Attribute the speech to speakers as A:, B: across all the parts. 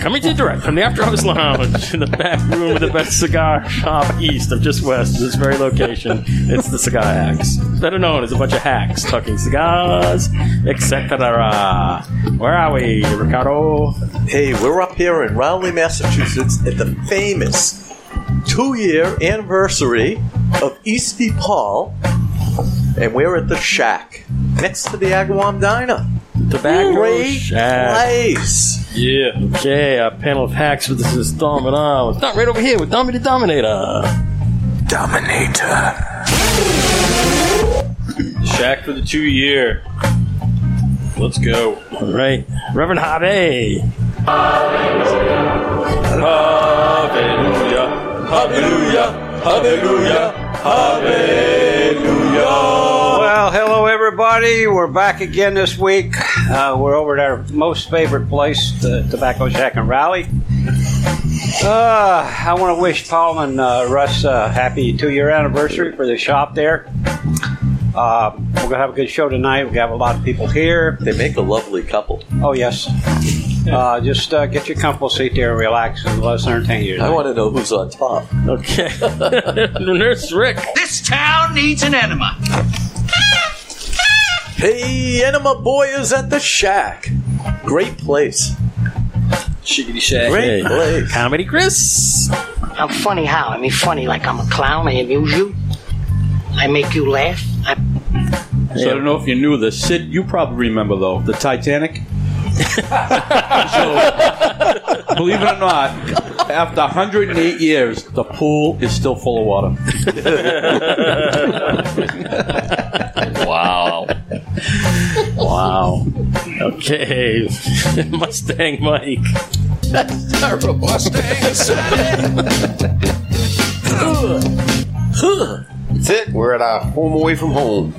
A: Coming to you direct from the After Hours Lounge in the back room of the best cigar shop east of just west of this very location. It's the Cigar Hacks, better known as a bunch of hacks talking cigars, etc. Where are we, Ricardo?
B: Hey, we're up here in Rowley, Massachusetts at the famous two year anniversary of Eastie Paul, and we're at the shack next to the Agawam Diner.
A: Tobacco
B: Great
A: Shack.
B: place.
C: Yeah.
A: Okay, our panel of hacks for this installment on. We're done right over here with Dummy the Dominator.
B: Dominator.
C: Shack for the two year. Let's go.
A: All right, Reverend Harvey.
C: Hallelujah. Hallelujah. Hallelujah. Hallelujah.
D: Well, hello everybody. We're back again this week. Uh, we're over at our most favorite place, the Tobacco Shack and Rally. Uh, I want to wish Paul and uh, Russ a happy two-year anniversary for the shop there. Uh, we're gonna have a good show tonight. We have a lot of people here.
B: They make a lovely couple.
D: Oh yes. Uh, just uh, get your comfortable seat there and relax, and let us entertain you.
B: I want to know who's on top.
A: Okay, Nurse Rick.
E: This town needs an enema.
B: Hey, Enema Boy is at the shack. Great place.
C: Shiggity shack.
A: Hey.
B: Great place.
A: Comedy Chris.
F: I'm funny how? I mean, funny like I'm a clown. I amuse you. I make you laugh. I,
C: So I don't know if you knew this. Sid, you probably remember though the Titanic. so, believe it or not, after 108 years, the pool is still full of water.
A: Wow. wow. Okay. Mustang Mike.
G: That's it. We're at our home away from home.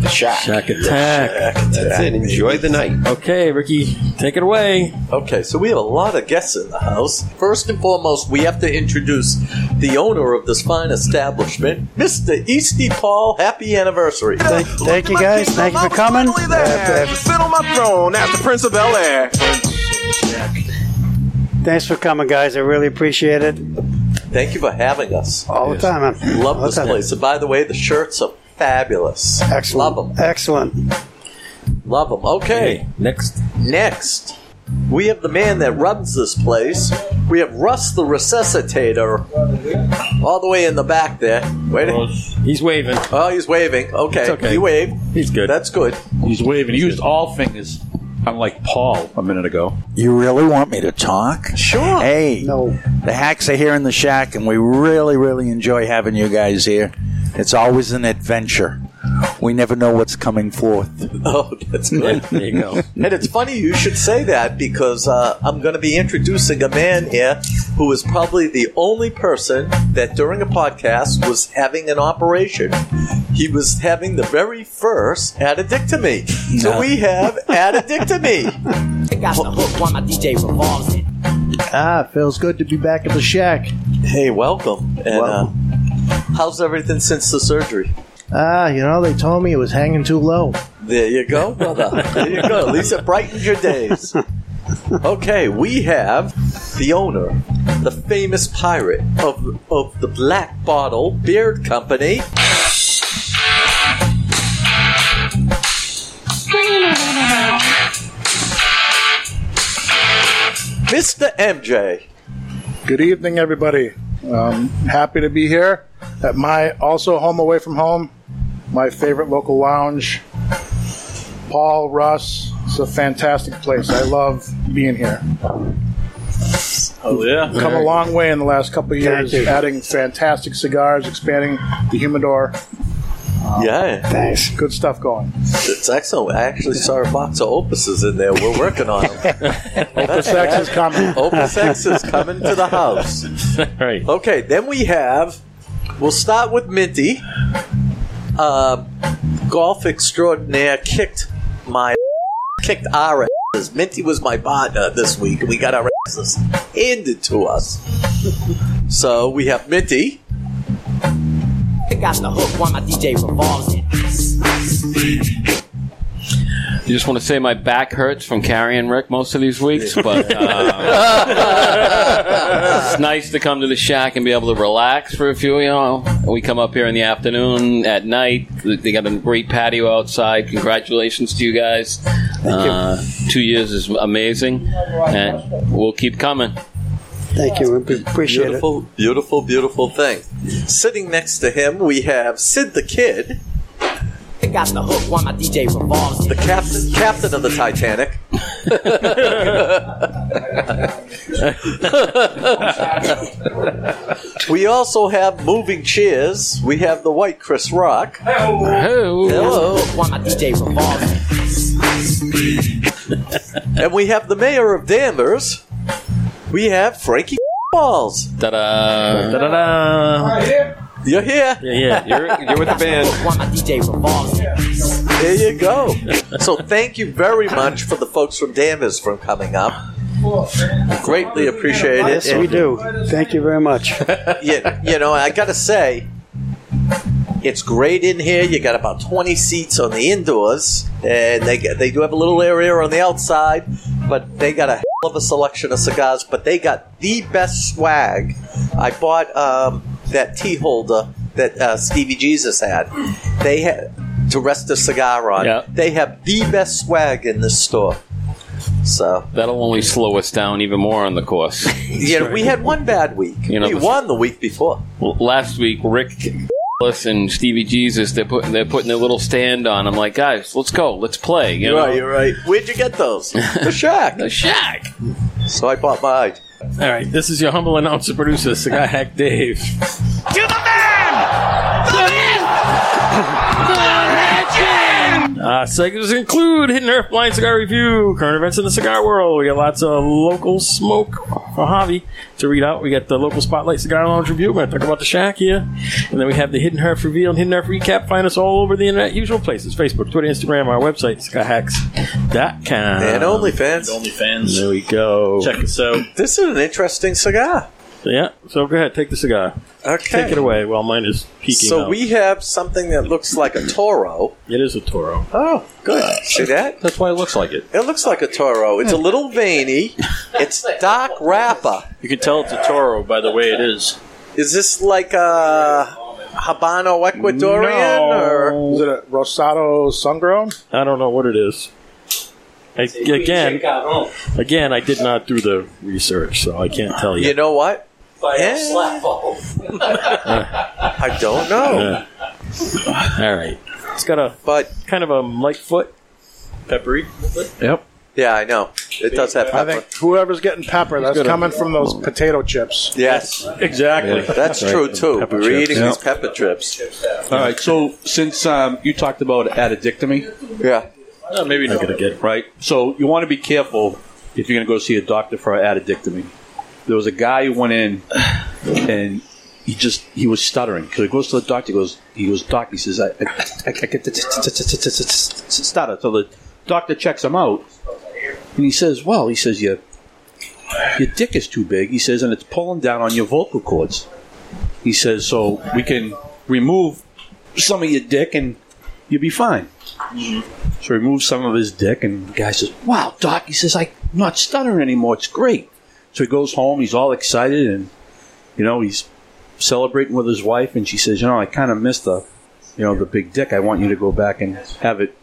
G: The shack.
A: Shack Attack.
G: That's it. Enjoy the night.
A: Okay, Ricky, take it away.
B: Okay, so we have a lot of guests in the house. First and foremost, we have to introduce the owner of this fine establishment, Mr. Eastie Paul. Happy anniversary.
H: Thank, thank you guys. Thank you for coming. Uh, th-
G: sit on my throne. That's the Prince of Bel Air.
H: thanks for coming, guys. I really appreciate it
B: Thank you for having us.
H: all the time. I
B: Love this place. And by the way, the shirts are fabulous.
H: Excellent.
B: Love them.
H: Excellent.
B: Love them. Okay,
A: next.
B: next. We have the man that runs this place. We have Russ the Resuscitator, all the way in the back there. Wait. a-
A: He's waving.
B: Oh, he's waving. Okay,
A: It's okay.
B: he waved.
A: He's good.
B: That's good.
C: He's waving. He used all fingers, unlike Paul a minute ago.
I: You really want me to talk?
B: Sure.
I: Hey,
H: No.
I: the hacks are here in the shack, and we really, really enjoy having you guys here. It's always an adventure. We never know what's coming forth.
B: Oh, that's good.
A: there you go.
B: And it's funny you should say that because uh, I'm going to be introducing a man here who is probably the only person that during a podcast was having an operation. He was having the very first addictomy. So
I: No.
B: we have addictomy.
E: Got the hook while my DJ revolves it.
H: Ah, feels good to be back at the shack.
B: hey, welcome. And Uh, how's everything since the surgery?
H: Ah, you know, they told me it was hanging too low.
B: There you go, brother. There you go. At least it brightened your days. Okay, we have the owner, the famous pirate of of the Black Bottle Beard Company. Mr. MJ.
J: Good evening, everybody. Um, happy to be here at my also home away from home, my favorite local lounge. Paul Russ, it's a fantastic place. I love being here.
C: Oh yeah.
J: Come a long way in the last couple of years, adding fantastic cigars, expanding the humidor.
B: Yeah,
H: Thanks.
J: Good stuff going.
B: it's excellent. I actually saw a box of opuses in there. We're working on them.
J: Opus X is coming.
B: Opus X is coming to the house.
A: All right.
B: Okay, then we have. We'll start with Minty. Uh, golf extraordinaire kicked my kicked our asses. Minty was my partner this week. We got our asses handed to us. So we have Minty.
E: Got the hook while my DJ revolves it.
K: You just want to say my back hurts from carrying Rick most of these weeks, but uh, it's nice to come to the shack and be able to relax for a few. You know, we come up here in the afternoon, at night. They got a great patio outside. Congratulations to you guys! Uh, Two years is amazing, and we'll keep coming.
H: Thank you. We appreciate
B: beautiful, Beautiful, beautiful thing. Sitting next to him, we have Sid the Kid.
E: I got the hook while my DJ revolves.
B: The captain, captain of the Titanic. we also have moving chairs. We have the white Chris Rock.
E: Hello. Hello. While my DJ revolves.
B: and we have the mayor of Danvers. We have Frankie Balls.
K: Ta-da.
B: You're here.
K: Yeah, yeah. You're, you're with the band.
E: While my DJ revolves.
B: There you go. So thank you very much for the folks from Danvers for coming up. Greatly appreciate it.
H: Yes, we
B: And-
H: do. Thank you very much.
B: yeah, you know, I gotta say, it's great in here. You got about twenty seats on the indoors, and they get- they do have a little area on the outside, but they got a hell of a selection of cigars. But they got the best swag. I bought um, that tea holder that uh, Stevie Jesus had. They had to rest a cigar on.
K: Yeah.
B: They have the best swag in this store. So
K: That'll only slow us down even more on the course.
B: Yeah, we had one bad week.
K: You know,
B: we
K: this-
B: won the week before.
K: Well, last week Rick and Stevie Jesus they're putting they're putting their little stand on. I'm like, guys, let's go, let's play. You
B: You're
K: know?
B: right, you're right. Where'd you get those? The shack. the
K: shack.
B: So I bought mine.
A: All right, this is your humble announcer producer, Cigar Hack Dave. Uh, segments include Hidden Earth Blind Cigar Review, current events in the cigar world. We got lots of local smoke for hobby to read out. We got the local Spotlight Cigar Lounge Review. We're going to talk about the shack here. And then we have the Hidden Earth Reveal and Hidden Earth Recap. Find us all over the internet, usual places Facebook, Twitter, Instagram, our website, cigarhacks.com.
B: And
C: Uh,
B: OnlyFans.
L: OnlyFans.
A: There we go.
L: Check us out.
B: This is an interesting cigar.
A: Yeah, so go ahead, take the cigar.
B: Okay.
A: Take it away while mine is peeking.
B: So
A: out.
B: we have something that looks like a Toro.
A: It is a Toro.
B: Oh, good. See that?
K: That's why it looks like it.
B: It looks like a Toro. It's a little veiny. It's dark wrapper.
L: You can tell it's a Toro by the way it is.
B: Is this like a Habano Ecuadorian? Or?
J: Is it a Rosado Sungrown?
A: I don't know what it is. I, again,
J: check out home.
A: again, I did not do the research, so I can't tell you.
B: You know what? Eh, I don't know.
A: all right, it's got a
B: but
A: kind of a light foot.
L: Peppery.
A: Yep.
B: Yeah, I know. It does have
J: I
B: pepper.
J: think whoever's getting pepper, that's
B: good.
J: coming from those potato chips.
B: Yes,
A: exactly.
B: That's
C: Right.
B: true too.
C: Pepper
B: We're
C: chips.
B: eating
C: Yeah.
B: these pepper chips.
C: All right. So since um, you talked about addictomy, Uh,
B: yeah,
L: maybe
C: not
L: gonna
C: get right. So you want to be careful if you're going to go see a doctor for an addictomy. There was a guy who went in and he just he was stuttering. So he goes to the doctor. He goes, he goes, doc. He says, I, I, I get the stutter. So the doctor checks him out and he says, well, he says your your dick is too big. He says, and it's pulling down on your vocal cords. He says, so we can remove some of your dick and you'll be fine. So he removes some of his dick, and the guy says, Wow, Doc, he says, I'm not stuttering anymore. It's great. So he goes home, he's all excited, and, you know, he's celebrating with his wife, and she says, You know, I kind of missed the, you know, the big dick. I want you to go back and have it.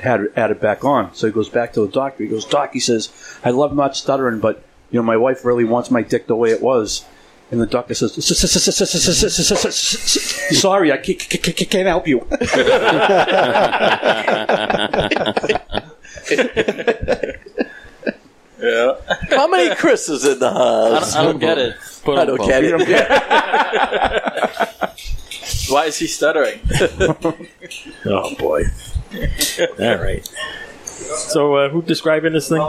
C: Had it, add it back on. So he goes back to the doctor. He goes, Doc, he says, I love not stuttering, but, you know, my wife really wants my dick the way it was. And the doctor says, Sorry, I ca- ca- ca- can't help you.
L: Yeah.
B: How many Chris is in the house?
L: I don't- I don't get it.
B: I don't get
L: You don't
B: it.
L: get Why is he stuttering?
A: Oh boy! All right. So, uh, who describing this thing?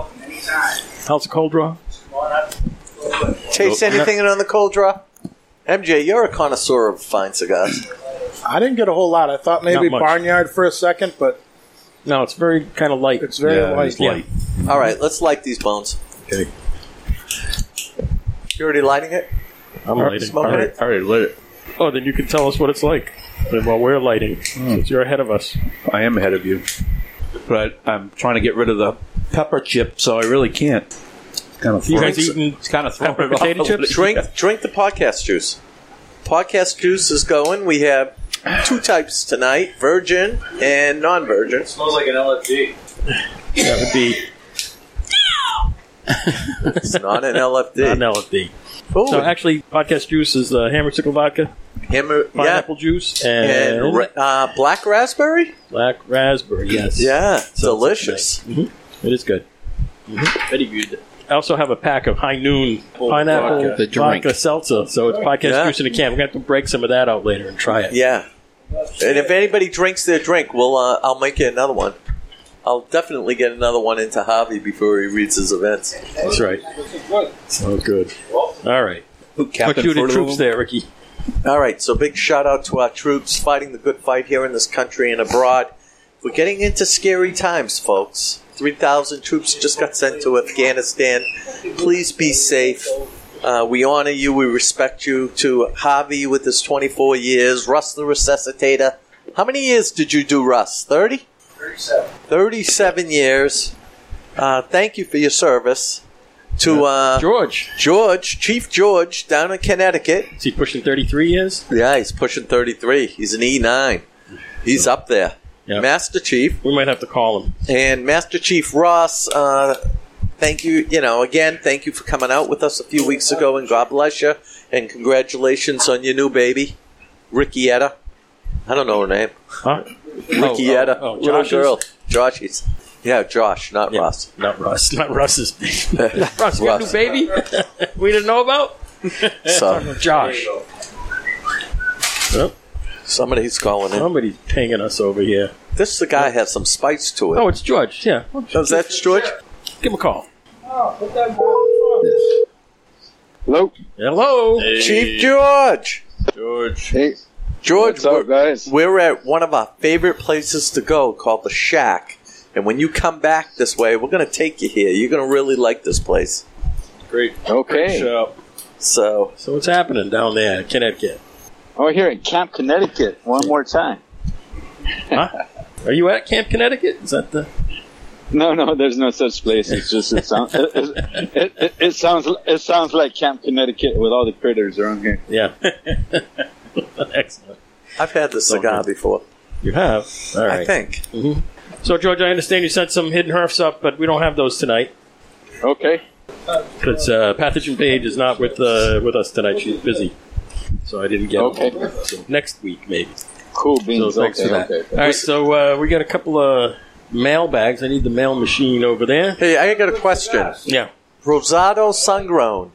A: How's the cold draw?
B: Taste
A: Oh,
B: anything on the cold draw? MJ, you're a connoisseur of fine cigars.
J: I didn't get a whole lot. I thought maybe
A: Not much.
J: barnyard for a second, but
A: No, it's very kind of light. It's
J: very Yeah, light. it's light.
B: All right, let's light these bones.
A: Okay.
B: You already lighting it?
A: I'm
B: Or
A: lighting.
B: Smoking
A: All right.
B: it?
C: I already lit it.
A: Oh, then you can tell us what it's like while we're lighting. Since you're ahead of us.
C: Hmm. I am ahead of you. But I'm trying to get rid of the pepper chip, so I really can't. It's kind of
A: You guys eating
C: it's kind of
A: pepper potato chips?
B: Drink, drink the podcast juice. Podcast juice is going. We have two types tonight: virgin and non-virgin.
L: Smells like an LFG.
B: That would be. it's not an LFD.
A: Not an LFD. So actually, podcast juice is uh, hammer sickle vodka,
B: hammer
A: pineapple juice, and,
B: And ra- uh, black raspberry.
A: black raspberry. Yes.
B: Yeah,
A: delicious. Mm-hmm. It is good. Mm-hmm.
L: Very good.
A: I also have a pack of High Noon pineapple
L: vodka.
A: vodka,
L: The drink.
A: seltzer. So it's podcast
B: Yeah.
A: juice in a can. We're gonna have to break some of that out later and try it.
B: Yeah. And if anybody drinks their drink, we'll uh, I'll make you another one. I'll definitely get another one into Javi before he reads his events.
A: That's right. So Oh, good. All right.
B: Captain
A: Put you to
B: Fruit
A: troops
B: Loom.
A: there, Ricky.
B: All right, so big shout out to our troops fighting the good fight here in this country and abroad. We're getting into scary times, folks. 3,000 troops just got sent to Afghanistan. Please be safe. Uh, we honor you, we respect you. To Javi with his 24 years, Russ the Resuscitator. How many years did you do, Russ? 30? 37. 37 years. Uh, thank you for your service. To uh,
A: George.
B: George, Chief George, down in Connecticut.
A: Is he pushing 33 years?
B: Yeah, he's pushing 33. He's an E9. He's up there. Master Chief.
A: We might have to call him.
B: And Master Chief Ross, uh, thank you. You know, again, thank you for coming out with us a few weeks ago, and God bless you. And congratulations on your new baby, Rickietta. I don't know her name.
A: Huh?
B: Rickietta.
A: Oh, oh, oh,
B: little
A: Josh's?
B: girl. Josh's. Yeah, Josh, not Ross.
A: Not Ross. Not Russ's baby. Russ, you got a new
B: Russ.
A: baby we didn't know about?
B: So-
A: Josh. Oh,
B: Somebody's calling in.
A: Somebody's pinging us over here.
B: This the guy has some spice to it.
A: Oh, it's George. Yeah.
B: Does that George?
A: Give him a call.
M: Hello.
A: Hello.
B: Chief George.
L: George.
M: Hey.
B: George,
M: What's up,
B: we're,
M: guys?
B: we're at one of our favorite places to go called the Shack. And when you come back this way, we're going to take you here. You're going to really like this place.
L: Great.
M: Okay.
L: Great show.
B: So,
A: so what's happening down there, in Connecticut?
M: Oh, here in Camp Connecticut, one more time.
A: Huh? Are you at Camp Connecticut? Is that the?
M: No, no, there's no such place. It's just it sounds it, it, it, it, it sounds it sounds like Camp Connecticut with all the critters around here.
A: Yeah. Excellent.
B: I've had this cigar before.
A: You have. All right.
B: I think.
M: Mm-hmm.
A: hmm So, George, I understand you sent some hidden herfs up, but we don't have those tonight.
M: Okay.
A: Because uh, Pathogen Page is not with uh, with us tonight. She's busy, so I didn't get.
M: Okay.
A: Them. So next week maybe.
M: Cool
A: So
M: beans.
A: thanks
M: okay,
A: for that.
M: okay.
A: All right, so uh, we got a couple of mail bags. I need the mail machine over there.
B: Hey, I got a question.
A: Yeah.
B: Rosado Sungrown.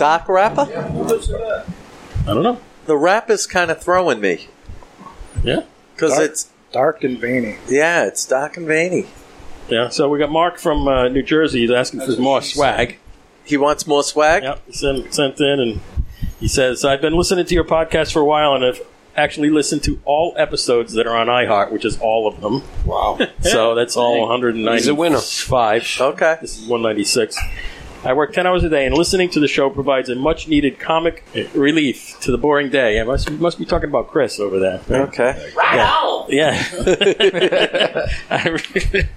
B: Doc Rapper?
A: I don't know.
B: The rap is kind of throwing me.
A: Yeah.
B: Because it's,
J: Dark and veiny.
B: yeah, it's Doc and Vaney.
A: Yeah. So we got Mark from uh, New Jersey. He's asking for more swag.
B: He wants more swag.
A: Yep. He sent, sent in, and he says, "I've been listening to your podcast for a while, and I've actually listened to all episodes that are on iHeart, which is all of them. Wow. so that's all 195.
G: He's a winner.
B: Okay.
A: This is 196. I work 10 hours a day, and listening to the show provides a much needed comic relief to the boring day. I must, must be talking about Chris over there. right?
B: Okay.
A: Yeah. I, re-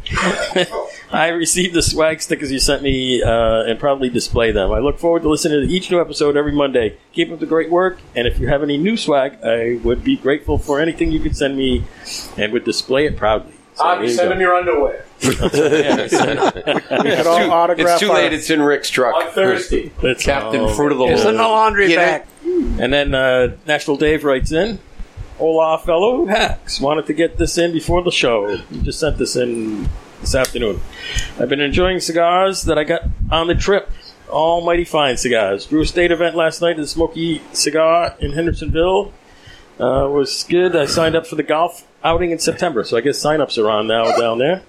A: I received the swag stickers you sent me uh, and proudly display them. I look forward to listening to each new episode every Monday. Keep up the great work, and if you have any new swag, I would be grateful for anything you could send me and would display it proudly. So there you go.
L: your underwear.
J: could all autograph
G: it's too
J: our-
G: late. It's in Rick's truck.
L: I'm thirsty.
A: It's
G: Captain
A: all-
G: Fruit of the
A: It's
G: Loom.
A: in the laundry
G: Get it?
A: bag. And then uh, National Dave writes in, "Hola, fellow hacks. Wanted to get this in before the show. You just sent this in this afternoon. I've been enjoying cigars that I got on the trip. Almighty fine cigars. Drew a state event last night at the Smoky Cigar in Hendersonville. Uh, was good. I signed up for the golf outing in September, so I guess sign-ups are on now down there."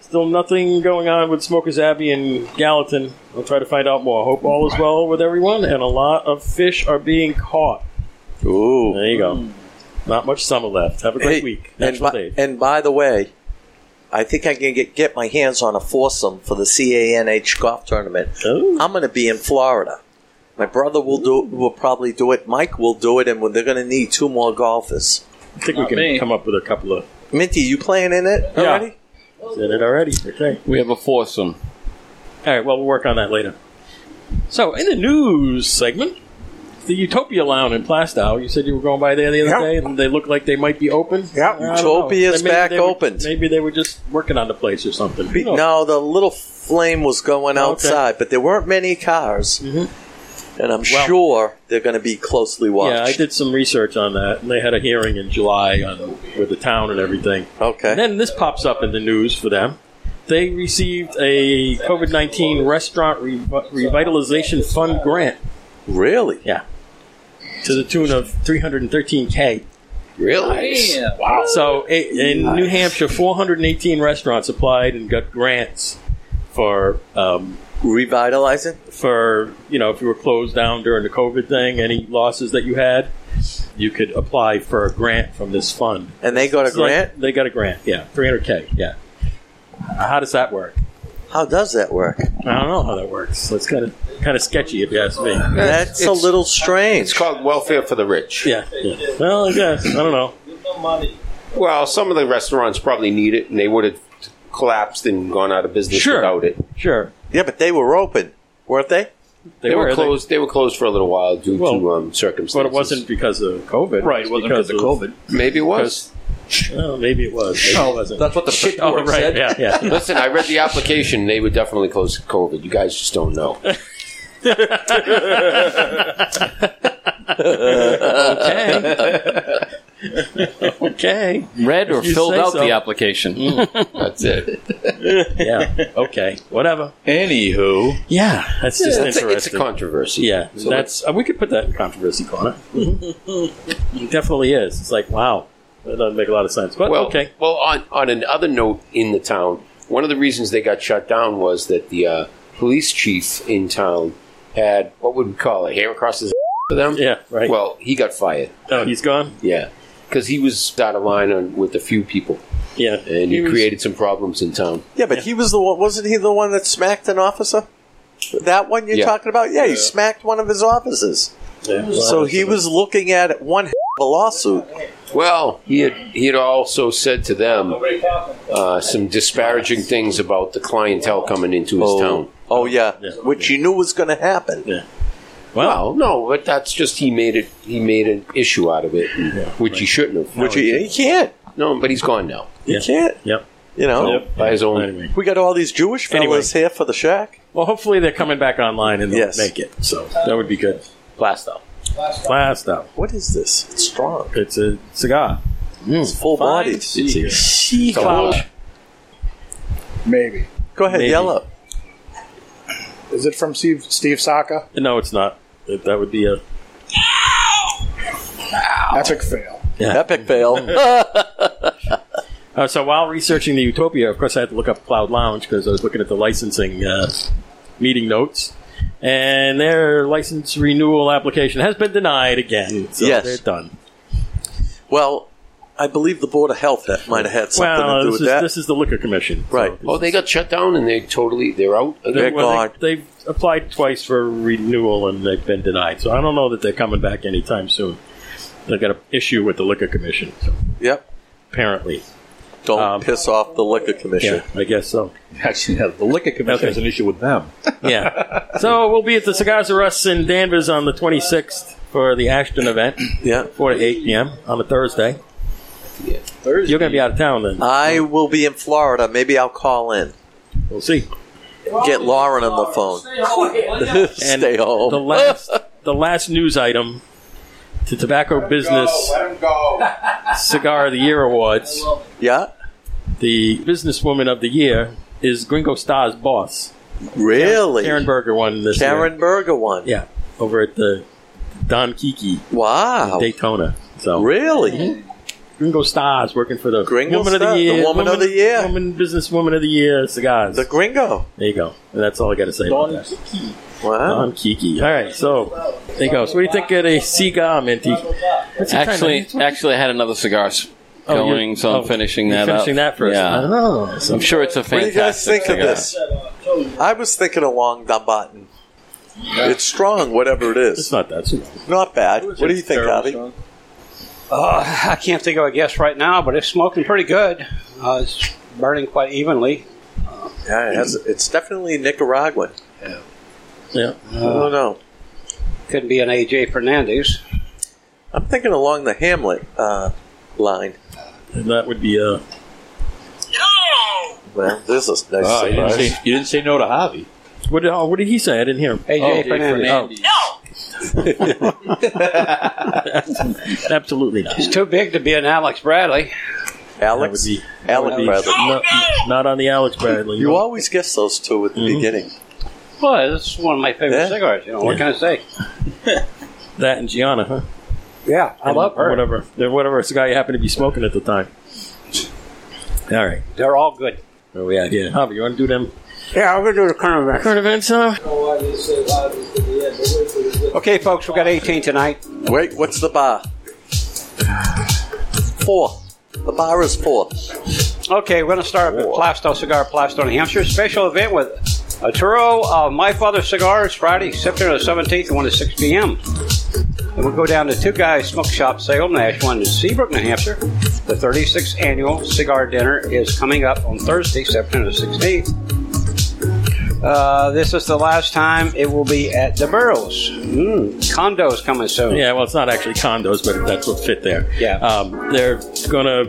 A: Still nothing going on with Smokers Abbey and Gallatin. I'll try to find out more. Hope all is well with everyone, and a lot of fish are being caught.
B: Ooh.
A: There you go. Not much summer left. Have a great
B: Hey,
A: week.
B: And
A: National
B: by,
A: Day.
B: and by the way, I think I can get, get my
A: Oh.
B: hands on a foursome for the CANH golf tournament. I'm going to be in Florida. My brother will do will probably do it. Mike will do it, and we're- they're going to need two more golfers. I
A: think we Not can me. come up with a couple of.
B: Minty, you playing in it
A: Yeah.
B: already?
A: Did it already? Okay.
K: We have a foursome.
A: All right. Well, we'll work on that later. So, in the news segment, the Utopia Lounge in Plastow. You said you were going by there the other day, and they look like they might be open.
B: Yeah, Utopia's back open.
A: Maybe they were just working on the place or something. Who knows?
B: No, the little flame was going outside, but there weren't many cars. And I'm
A: Mm-hmm. Well-
B: sure they're going to be closely watched.
A: Yeah, I did some research on that, and they had a hearing in July on with the town and everything.
B: Okay.
A: And then this pops up in the news for them. They received a COVID nineteen restaurant rev- revitalization fund grant.
B: Really?
A: Yeah. To the tune of three hundred and thirteen k.
K: Really?
A: Nice. Wow. So i- in New Hampshire, 418 restaurants applied and got grants for um,
B: revitalizing.
A: For you know, if you were closed down during the COVID thing, any losses that you had, you could apply for a grant from this fund.
B: And they got a
A: It's like-
B: grant?
A: they got a grant. Yeah, 300k. Yeah. How does that work?
B: How does that work?
A: I don't know how that works. So it's kind of kind of sketchy, if you ask me.
B: That's a
G: It's-
B: little strange.
G: It's called welfare for the rich.
A: Yeah. Well, I guess I don't know.
G: Well, some of the restaurants probably need it, and they would have collapsed and gone out of business without it.
A: Sure.
B: Yeah, but they were open, weren't they?
G: They, were, closed. They were closed for a little while due to um, circumstances.
A: But it wasn't because of COVID.
G: Right, it wasn't because of COVID. Oh, Maybe it was.
A: Because- Well, maybe it was. Maybe it wasn't.
G: That's what the
A: shit.
G: paperwork
A: Oh, right.
G: said.
A: Yeah, yeah.
G: Listen, I read the application. They were definitely closed to COVID. You guys just don't know.
K: okay.
A: okay.
K: Read or
A: If you
K: filled
A: say
K: out
A: so. Mm.
K: the application.
G: That's it.
A: yeah. Okay. Whatever.
K: Anywho.
A: Yeah, that's just
G: Yeah, it's a- it's a
A: interesting.
G: controversy.
A: Yeah,
G: So
A: that's uh, we could put that in controversy corner. it definitely is. It's like wow, that doesn't make a lot of sense. But
G: well,
A: okay,
G: Well, on, on another note in the town, one of the reasons they got shut down was that the uh, police chief in town had what would we call a hair across his for them.
A: Yeah, right.
G: Well, he got fired.
A: Oh, he's gone.
G: Yeah, because he was out of line on, with a few people.
A: Yeah,
G: and he,
B: He was-
G: created some problems in town.
B: Yeah, but he was the one. Wasn't he the one that smacked an officer? That one you're
G: Yeah.
B: talking about? Yeah, he smacked one of his officers. So he was looking at one hell of a lawsuit.
G: Well, he had he had also said to them uh, some disparaging things about the clientele coming into his
B: Oh.
G: town.
B: Oh yeah, which you knew was going to happen.
A: Yeah.
G: Well, no, but that's just he made it. He made an issue out of it, and- which he shouldn't have.
B: Which he, he can't.
G: No, but he's gone now.
B: He can't.
A: Yep.
B: You know,
A: Yep.
G: by his own.
B: we got all these Jewish fellas here for the shack.
A: Well, hopefully they're coming back online and they'll
B: Yes.
A: make it. So that would be good.
G: Plasto.
A: Plasto.
B: What is this? It's strong.
A: It's a cigar.
G: Mm.
B: It's full bodied.
A: It's a she-cloud.
J: Maybe.
B: Go ahead,
A: Maybe.
B: yellow.
J: Is it from Steve, Steve Saka?
A: No, it's not. That that would be a
J: Epic fail.
B: Epic fail.
A: Uh, so while researching the Utopia, of course, I had to look up Cloud Lounge because I was looking at the licensing uh, meeting notes, and their license renewal application has been denied again. So
B: Yes.
A: they're done.
B: Well, I believe the Board of Health that might have had something
A: Well,
B: to do
A: this
B: with
A: is,
B: that.
A: this is the liquor commission,
B: Right.
G: Oh, they got shut down, and they totally they're out.
A: They,
G: again.
A: well, they, have applied twice for renewal and they've been denied. So I don't know that they're coming back anytime soon. They got an issue with the liquor commission. So
B: Yep.
A: apparently,
B: Don't
A: Um,
B: piss off the liquor commission.
A: I guess so.
C: Actually, yeah, the liquor commission
A: Okay.
C: has an issue with them.
A: yeah. So we'll be at the Cigars R Us in Danvers on the 26th for the Ashton event.
B: Yeah.
A: 4 to 8 p.m. on a Thursday. Thursday. You're going to be out of town then.
B: I will be in Florida. Maybe I'll call in.
A: We'll see.
B: Get Lauren on the phone.
A: And
B: Stay home.
A: The last, the last news item to Tobacco Business Cigar of the Year Awards.
B: Yeah.
A: The Businesswoman of the Year is Gringo Star's boss.
B: Really?
A: Karen Berger won this year.
B: Karen Berger won.
A: Yeah, over at the Don Kiki.
B: Wow.
A: Daytona. So
B: Really?
A: Gringo Stars working for the
B: Gringo
A: Woman of
B: Starr,
A: the Year,
B: the Woman of the Year.
A: Woman Businesswoman of the Year cigars.
B: The Gringo.
A: there you go. And that's all I got to say about that.
B: Wow.
A: Don Kiki. All right, so there you go. So what do you think of the cigar, Minty? What's the time?
K: Actually, actually, I had another cigar s-
A: Oh, you're-
K: going, so I'm
A: oh,
K: finishing
A: you're
K: that
A: finishing
K: up.
A: that first. Oh,
K: Yeah.
A: I know. So-
K: I'm sure it's a
B: What do you guys
K: fantastic
B: think of
K: cigar.
B: this? I was thinking of Long Dumbarton. It's strong, whatever it is. It's not that strong. Not bad. What do you think, Avi?
D: Uh, I can't think of a guess right now, but it's smoking pretty good. Uh, it's burning quite evenly.
B: Yeah, it has, it's definitely Nicaraguan.
D: Yeah.
A: Yeah.
B: I don't know.
D: Uh, Could be an AJ Fernandez.
B: I'm thinking along the Hamlet uh, line.
A: And that would be uh,
B: Well, this is nice.
A: Oh, you didn't
B: surprise.
A: say- you didn't say no to Javi. What did, oh, what did he say? I didn't hear him. Oh,
B: AJ Fernandez.
A: No. Absolutely not.
D: He's too big to be an Alex Bradley.
B: Alex,
A: Alec
B: Bradley.
A: No, not on the Alex Bradley. Mm-hmm.
B: You
A: no.
B: always guess those two at the beginning.
D: Well, it's one of my favorite
A: Yeah.
D: cigarettes. You know, what
A: Yeah.
D: can I say?
A: That and Gianna, huh?
D: Yeah, I
A: And
D: love her.
A: Whatever, they're whatever cigar you happen to be smoking at the time. All right,
D: They're all good.
A: where we at here? Javi, you want to do them?
D: Yeah, we're going to do the current events.
A: Current events, huh?
D: Okay, folks, we got 18 tonight.
B: Wait, what's the bar? Four. The bar is four.
D: Okay, we're going to start with Plasto Cigar, Plasto, New Hampshire. Special event with Arturo of My Father Cigars, Friday, September the 17th, 1 to 6 p.m. And we'll go down to Two Guys Smoke Shop, Salem, Nash, one in Seabrook, New Hampshire. The 36th annual cigar dinner is coming up on Thursday, September the 16th. Uh, this is the last time it will be at the Burrows. Mm, condos coming
B: Oh.
D: soon.
A: Yeah, well, it's not actually condos, but that's what fit there.
D: Yeah.
A: Um, they're gonna.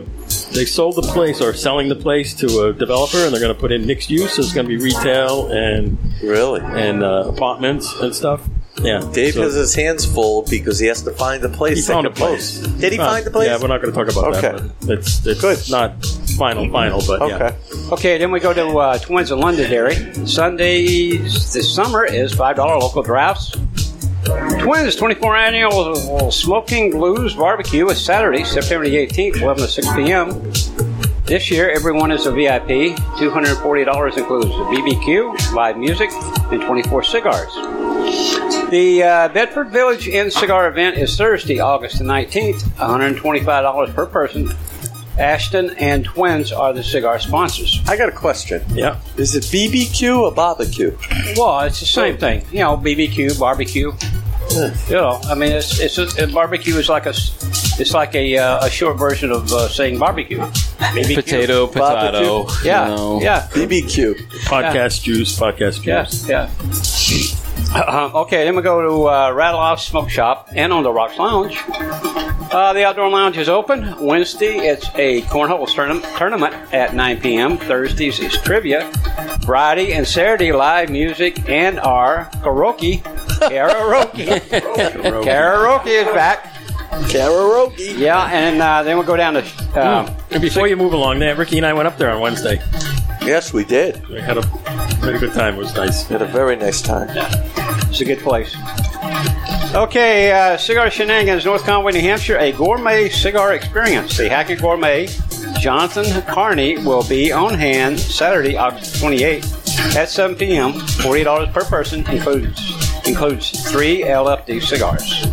A: They sold the place or selling the place to a developer, and they're going to put in mixed use. So it's going to be retail and
B: really
A: and uh, apartments and stuff. Yeah,
B: Dave
A: so-
B: has his hands full because he has to find a place.
A: He
B: that
A: found a
B: can
A: place.
B: post. Did he
A: Uh,
B: find the place?
A: Yeah, we're not going to talk about that.
B: Okay.
A: but It's it's Good. not final final, but yeah.
D: Okay, then we go to uh, Twins in Londonderry. Sundays this summer is $5 local drafts. Twins 24 annual smoking blues barbecue is Saturday, September the 18th, 11 to 6 p.m. This year, everyone is a VIP. $240 includes the BBQ, live music, and 24 cigars. The uh, Bedford Village Inn Cigar event is Thursday, August the 19th, $125 per person. Ashton and Twins are the cigar sponsors.
B: I got a question.
A: Yeah.
B: Is it BBQ or barbecue?
D: Well, it's the same thing. You know, BBQ, barbecue. You know, I mean, it's, it's a, barbecue is like a s- it's like a, uh, a short version of uh, saying barbecue. BBQ.
K: Potato, potato,
D: Barbecue. Yeah,
K: you know.
D: yeah.
B: BBQ.
A: Podcast juice, podcast juice.
D: Yes, yeah. Uh, okay, then we go to uh, Rattle Off Smoke Shop and on the Rocks Lounge. Uh, the outdoor lounge is open Wednesday. It's a cornhole tourna- tournament at 9 p.m. Thursdays is trivia. Friday and Saturday live music and our karaoke. Karaoke. karaoke is back.
B: Karaoke.
D: Yeah, and uh, then we'll go down to. Uh,
A: Hmm. And before you move along, there, Ricky and I went up there on Wednesday.
B: Yes, we did.
A: We had a very good time. It was nice.
B: Had a very nice time.
D: It's a good place. Okay, uh, Cigar Shenanigans, North Conway, New Hampshire, a gourmet cigar experience. The Hackett Gourmet, Jonathan Carney, will be on hand Saturday, August 28th at 7 p.m. $40 per person, includes, includes three LFD cigars.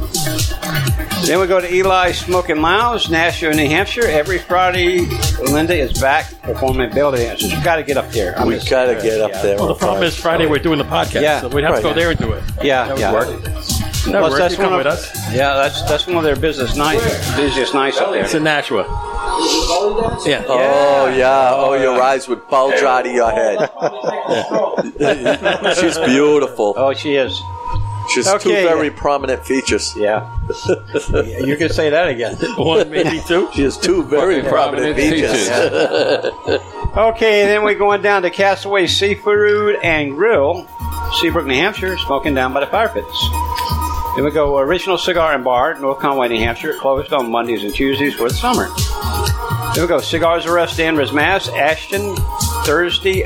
D: Then we go to Eli Smoking Lounge, Nashville, New Hampshire. Every Friday, Linda is back performing belly dances. We've got to get up there. I
B: We
D: miss-
B: gotta get up there.
A: Well, the problem is Friday we're doing the podcast,
D: Yeah.
A: so we'd have to go
D: Right.
A: there and do it.
D: Yeah,
A: that would
D: yeah.
A: work. That
D: Plus,
A: work.
D: that's
A: You come
D: one of-
A: with us.
D: Yeah, that's that's one of their business nights. Busiest nights up there.
A: It's in Nashua. Yeah.
B: Oh yeah. Oh, your eyes would bulge out of your head. She's beautiful.
D: Oh, she is.
B: She's two
D: Okay.
B: very prominent features.
D: Yeah. you can say that again.
A: One, maybe two.
B: She has two very prominent,
D: Prominent
B: features.
D: Okay, then we're going down to Castaway Seafood and Grill, Seabrook, New Hampshire, smoking down by the fire pits. Then we go Original Cigar and Bar, North Conway, New Hampshire, closed on Mondays and Tuesdays for the summer. There we go. Cigars R Us, Danvers, Mass. Ashton Thursday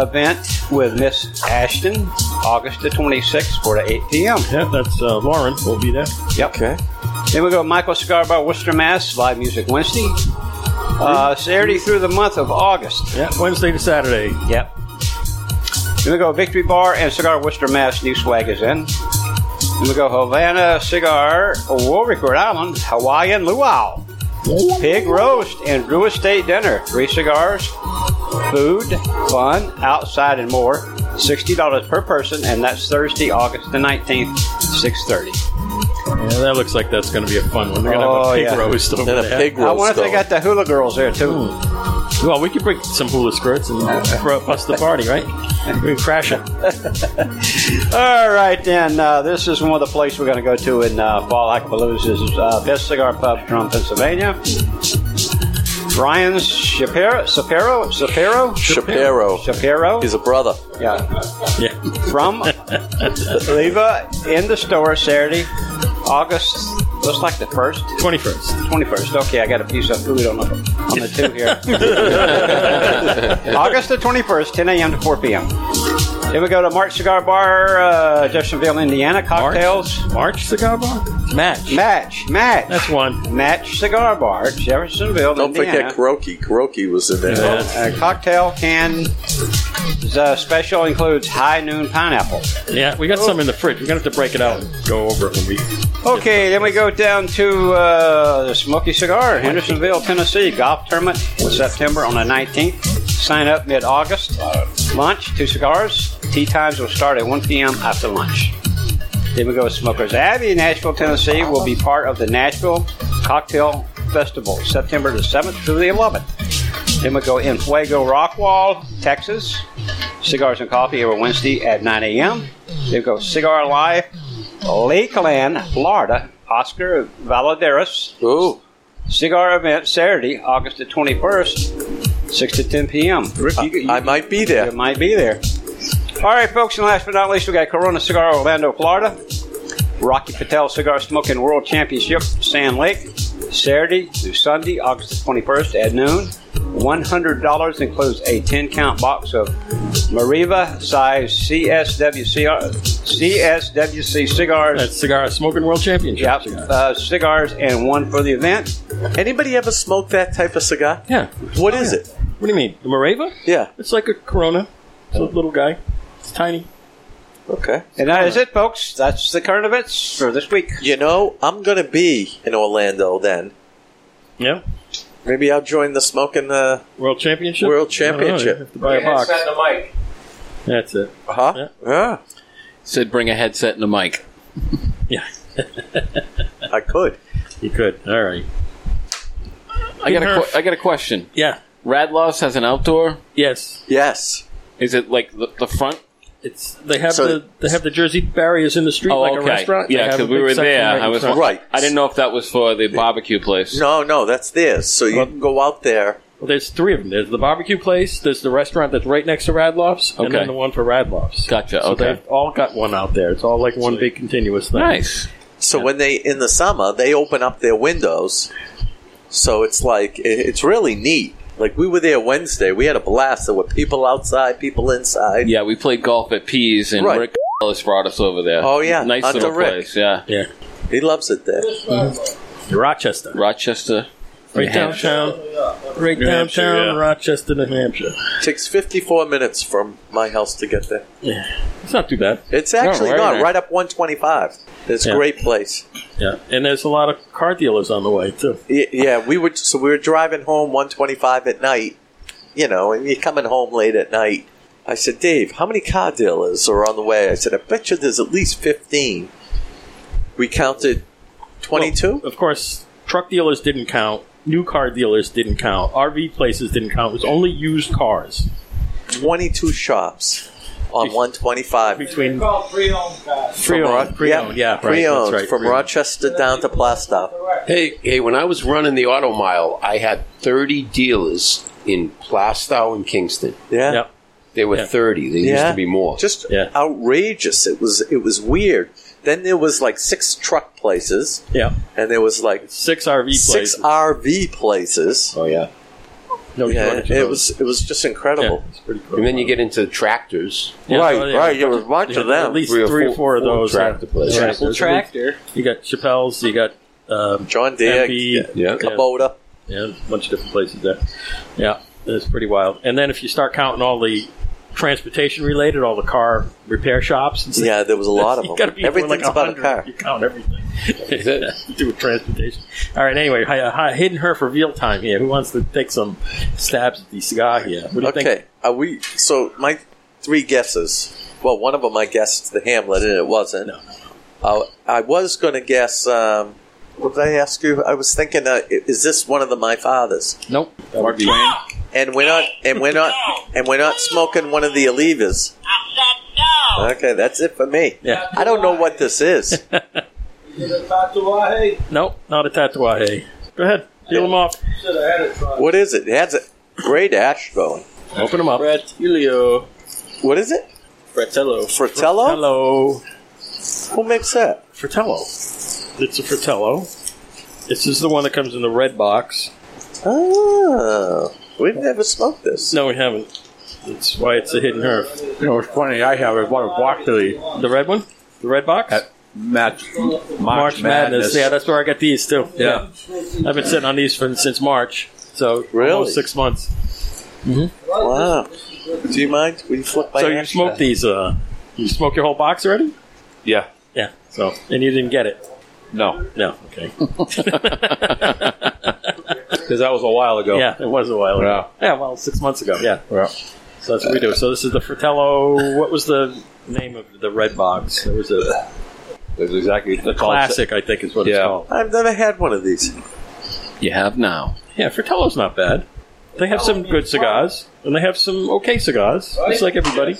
D: event with Miss Ashton, August the 26th, 4 to 8 p.m.
A: Yeah, that's uh, Lauren. We'll be there.
D: Yep. Okay. Then we go Michael Cigar Bar, Worcester, Mass. Live music Wednesday. Uh, Saturday through the month of August.
A: Yeah, Wednesday to Saturday.
D: Yep. Then we go Victory Bar and Cigar Worcester, Mass. New swag is in. Then we go Havana Cigar, Warwick, Rhode Island, Hawaiian Luau. Pig roast and brew estate dinner. Three cigars, food, fun, outside, and more. $60 per person, and that's Thursday, August the 19th, 6.30.
A: Yeah, that looks like that's going to be a fun one. They're going to have
D: Oh,
A: a pig
D: yeah.
A: roast over
D: And a
A: there. Hmm.
D: pig I wonder roast if they over. got the hula girls there, too.
A: Well, we could bring some hula skirts and throw- bust the party, right? We can crash it.
D: All right, then. Uh, this is one of the places we're going to go to in uh, Fall Hackapalooza's uh, Best Cigar Pub from Pennsylvania. Brian Shapiro, Shapiro, Shapiro,
B: Shapiro.
D: Shapiro.
B: He's a brother.
D: Yeah.
A: Yeah.
D: From Leva in the store Saturday, August. Looks like the first,
A: twenty first,
D: twenty first. Okay, I got a piece of food on the on the two here. August the twenty first, ten a.m. to four p.m. Then we go to March Cigar Bar, uh, Jeffersonville, Indiana. Cocktails.
A: March, Cigar Bar. Match.
D: Match. Match.
A: That's one.
D: Match Cigar Bar, Jeffersonville,
B: Don't
D: Indiana.
B: forget Kuroki. Kuroki was in there.
D: A cocktail can. The special includes high noon pineapple.
A: Yeah, we got some in the fridge. We're going to have to break it out and go over it when we.
D: Okay, then we go down to uh, the Smoky Cigar, Hendersonville, Tennessee. Golf tournament in September on the 19th. Sign up mid August. Lunch, two cigars. Tea times will start at 1 p.m. after lunch. Then we go to Smokers Abbey, Nashville, Tennessee. Will be part of the Nashville Cocktail Festival, September the 7th through the 11th. Then we go in Fuego Rockwall, Texas. Cigars and coffee every Wednesday at 9 a.m. Then we go Cigar Live, Lakeland, Florida. Oscar Valadares. Ooh. Cigar event Saturday, August the 21st, 6 to 10 p.m. I might be there. You might be there. All right, folks, and last but not least, we got Corona Cigar Orlando, Florida. Rocky Patel Cigar Smoking World Championship, Sand Lake, Saturday through Sunday, August the 21st at noon. $100 includes a 10 count box of Mariva size CSWC, CSWC cigars.
A: That's Cigar Smoking World Championship.
D: Yep. Uh, cigars and one for the event. Anybody ever smoke that type of cigar?
A: Yeah.
B: What is it?
A: What do you mean? The Mareva?
B: Yeah.
A: It's like a Corona. It's a little guy. It's tiny.
B: Okay.
D: And that is it, folks. That's the current events for this week.
B: You know, I'm going to be in Orlando then.
A: Yeah.
B: Maybe I'll join the smoking uh,
A: World Championship.
B: World
A: I don't know. You
B: Championship.
A: have to buy a box.
D: mic.
A: That's it.
B: Huh? Uh-huh. Yeah.
K: Said bring a headset and a mic.
A: yeah.
B: I could.
A: You could. All right.
K: I got a que- I got a question.
A: Yeah.
K: Radloff's has an outdoor.
A: Yes.
B: Yes.
K: Is it like the, the front?
A: It's They have the they have the Jersey barriers in the street like a restaurant. They
K: Oh, Yeah,
A: have a
K: because we
A: big
K: were
A: section
K: there.
A: right in
K: I was
A: front.
K: I didn't know if that was for the barbecue place.
B: No, no, that's theirs. So you can go out there.
A: Well, there's three of them. There's the barbecue place. There's the restaurant that's right next to Radloff's, and
K: Okay.
A: then the one for Radloff's.
K: Gotcha.
A: So
K: okay.
A: they've all got one out there. It's all like one big continuous thing.
B: So when they in the summer they open up their windows, so it's like i- it's really neat. Like we were there Wednesday, we had a blast. There were people outside, people inside.
K: Yeah, we played golf at Pease, and
B: Right.
K: Rick Ellis brought us over there.
B: Oh, yeah,
K: nice
B: Uncle
K: little
B: Rick.
K: place. Yeah,
A: yeah. Mm-hmm.
B: He loves it there.
A: Rochester,
K: Rochester,
A: Right
K: New Hampshire.
A: downtown, right
B: New Hampshire,
A: downtown
B: yeah.
A: Rochester, New Hampshire.
B: Takes fifty four minutes from my house to get there.
A: Yeah, it's not too bad.
B: It's actually
A: No, right
B: not
A: there.
B: right up one twenty five. It's a
A: Oh, Yeah.
B: great place.
A: Yeah, and there's a lot of car dealers on the way too.
B: Y- Yeah, we were so we were driving home one twenty five at night. You know, and you're coming home late at night. I said, Dave, how many car dealers are on the way? I said, I bet you there's at least fifteen. We counted twenty two.
A: Of course, truck dealers didn't count. New car dealers didn't count. RV places didn't count. It was only used cars.
B: 22 shops on 125
A: between
B: From Ro-
G: Pre-owned, pre-owned, yeah, right, that's
B: pre-owned
G: right,
B: from
G: pre-owned.
B: Rochester down to Plastow.
G: Hey, hey, when I was running the auto mile, I had 30 dealers in Plastow and Kingston.
B: Yeah. Yep.
G: There were 30. There used
B: Yeah.
G: to be more.
B: Just outrageous. It was it was weird. Then there was like six truck places.
A: Yeah.
B: And there was like
A: six RV
B: Six
A: places.
B: RV places.
G: Oh yeah.
A: No
B: yeah,
G: shortage of
B: it
G: those.
B: was it was just incredible.
G: And then you get into tractors.
A: Yeah, Right, oh, yeah. right, there was
B: lots
A: Yeah, At least three, or four of those.
G: Tractor places.
A: Yeah, there's at least- You got Chappelle's. You got um,
B: John Deere,
A: MP,
G: yeah.
B: Kubota.
A: Yeah, a bunch of different places there. Yeah, it's pretty wild. And then if you start counting all the transportation related, all the car repair shops. And stuff.
B: Yeah, there was a lot of
A: You
B: them.
A: gotta be more
B: Everything's
A: like
B: about a
A: 100
B: car.
A: if You count everything. Do with transportation. All right. Anyway, hi, uh, hi, hidden her for real time here. Who wants to take some stabs at the cigar here? What do you
B: okay.
A: think?
B: Are we? So my three guesses. Well, one of them I guessed the Hamlet, and it wasn't. Uh, I was going to guess. Um, what did I ask you? I was thinking, uh, i- is this one of the My Fathers?
A: Nope.
B: Mark Twain. And we're not. And we're not. And we're not smoking one of the Olivas. Okay, that's it for me.
A: Yeah.
B: I don't know what this is.
A: Nope, not a tatuaje. Go ahead, peel them off.
B: What is it? It has a great ash going.
A: Open them up.
B: Fratilio. What is it? Fratello. Fratello? Who makes that?
A: Fratello. It's a Fratello. This is the one that comes in the red box.
B: Oh, we've never smoked this.
A: No, we haven't. That's why it's a hidden herb.
C: You know, it's funny. I have it. What a walk to the
A: the red one, the red box.
C: Match, March,
A: March Madness. Yeah, that's where I got these too.
C: Yeah.
A: I've been sitting on these for, since March, so almost six months.
K: Mm-hmm.
B: Wow. Do you mind? Will you flip my
A: so you
B: ash?
A: smoked these? Uh, you smoked your whole box already?
C: Yeah.
A: Yeah. So and you didn't get it?
C: No.
A: No. Okay.
C: Because that was a while ago.
A: Yeah, it was a while ago. Yeah, well, six months ago. Yeah. So that's what we do. So this is the Fratello. What was the name of the red box? There was a
C: That's exactly the
A: classic, I think, is what it's called.
B: I've never had one of these.
A: You have now. Yeah, Fratello's not bad. They have some good cigars, and they have some okay cigars. It's like everybody.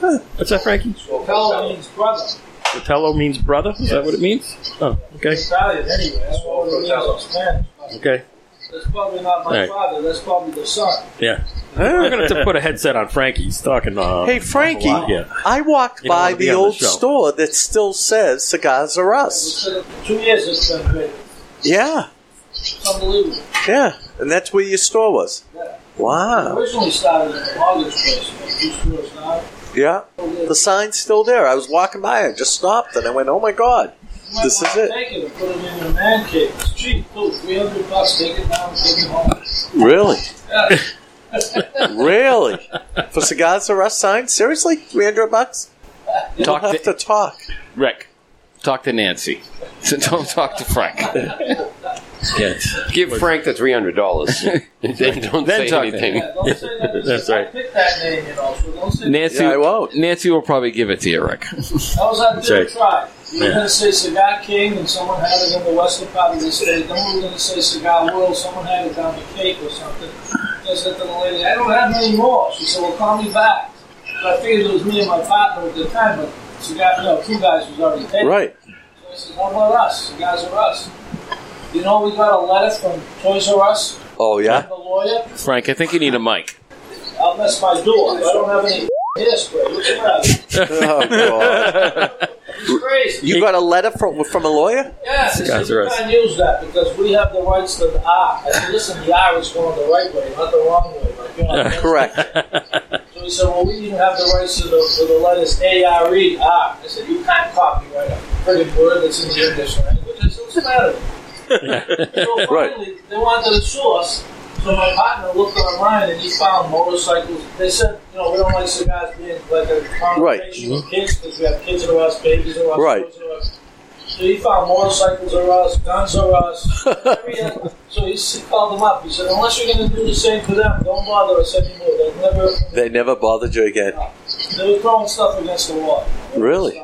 A: Huh. What's that, Frankie?
N: Tell means brother.
A: Fratello means brother. Is that what it means? Oh, okay.
N: Italian anyway. That's what it means in Spanish.
A: Okay.
N: That's probably not
A: my Right.
N: father. That's probably the son.
A: Yeah. We're gonna have to put a headset on Frankie. He's talking. Uh,
B: Hey, Frankie,
A: Yeah.
B: I walked
A: You don't
B: by
A: wanna be
B: the
A: on the
B: old
A: show.
B: store that still says Cigars Are Us.
N: Two years it's been great.
B: Yeah,
N: It's unbelievable.
B: yeah. And that's where your store was. Wow.
N: Originally started in the August place. Two stores now.
B: Yeah. The sign's still there. I was walking by. I just stopped and I went, oh my God, this is it.
N: Take it and put it in a man cave. It's cheap, too. 300 bucks. Take it down and take it home.
B: Really?
N: Yeah.
B: really? For Cigars Are Us sign? Seriously? 300 bucks? You don't
K: Talk
B: have to talk.
K: Rick, talk to Nancy. Don't talk to Frank.
G: Give Frank the three hundred dollars. Then don't say
K: talk to
G: anything.
K: him.
A: That's right.
N: Pick that name, you know. So don't say
K: Nancy, Nancy will probably give it to you, Rick.
N: That was our third
K: Jake.
N: try. We were
K: Yeah.
N: going to say Cigar King, and someone had it in the western part of the state. Then we were going to say Cigar World. Someone had it down the Cape or something. I said to the lady, I don't have many more. She said, well, call me back. So I figured it was me and my partner at the time, but Cigar, no, two guys was already taken.
B: Right.
N: So I said, what about us? Cigars are us. You know, we got a letter from Toys R Us.
B: Oh,
N: The lawyer.
K: Frank, I think you need a mic.
N: I'll mess my door. I don't have any hairspray. What's the matter?
B: Oh, God.
N: It's crazy.
B: You got a letter from from a lawyer?
N: Yes,
B: Cigars
N: you
B: are us.
N: can't use that because we have the rights to the R. I said, listen, the R is going the right way, not the wrong way. Like, you know,
B: Correct.
N: so he said, well, we didn't have the rights to the, to the letters A R E R. I said, you can't copyright a friggin' word that's in the English language. I said, what's the matter? so finally, they wanted a source. So my partner looked online and he found motorcycles. They said, you know, we don't like cigars being like a conversation with kids because we have kids are us, babies are us,
B: Right.
N: boys are us. So he found motorcycles are us, guns are us. every other- so he s- called them up. He said, unless you're going to do the same for them, don't bother us anymore. They'll never,
B: They never bothered you again.
N: they were throwing stuff against the wall.
B: Really?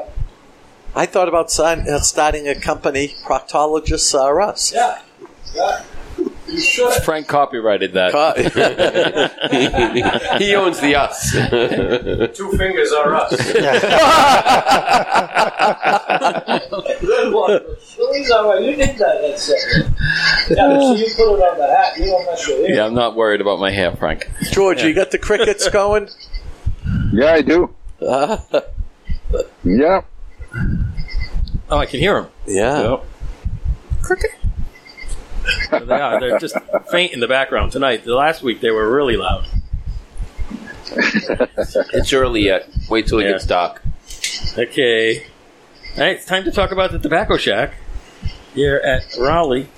B: I thought about sign, uh, starting a company, Proctologists Are Us.
N: Yeah. yeah. You should.
K: Frank copyrighted that.
G: he owns the us.
N: Two fingers are us. Good one. Louise, all right, you did that. That's it. Yeah, but so you put it on the hat. You don't mess with it.
K: Yeah, I'm not worried about my hair, Frank.
B: George, you got the crickets going?
O: Yeah, I do.
G: Uh-huh.
O: yeah.
A: Oh, I can hear him.
B: Yeah.
A: Cricket. There they are. They're just faint in the background tonight. The last week they were really loud.
G: It's early yet. Wait till it gets dark.
A: Okay. All right, it's time to talk about the Tobacco Shack here at Raleigh.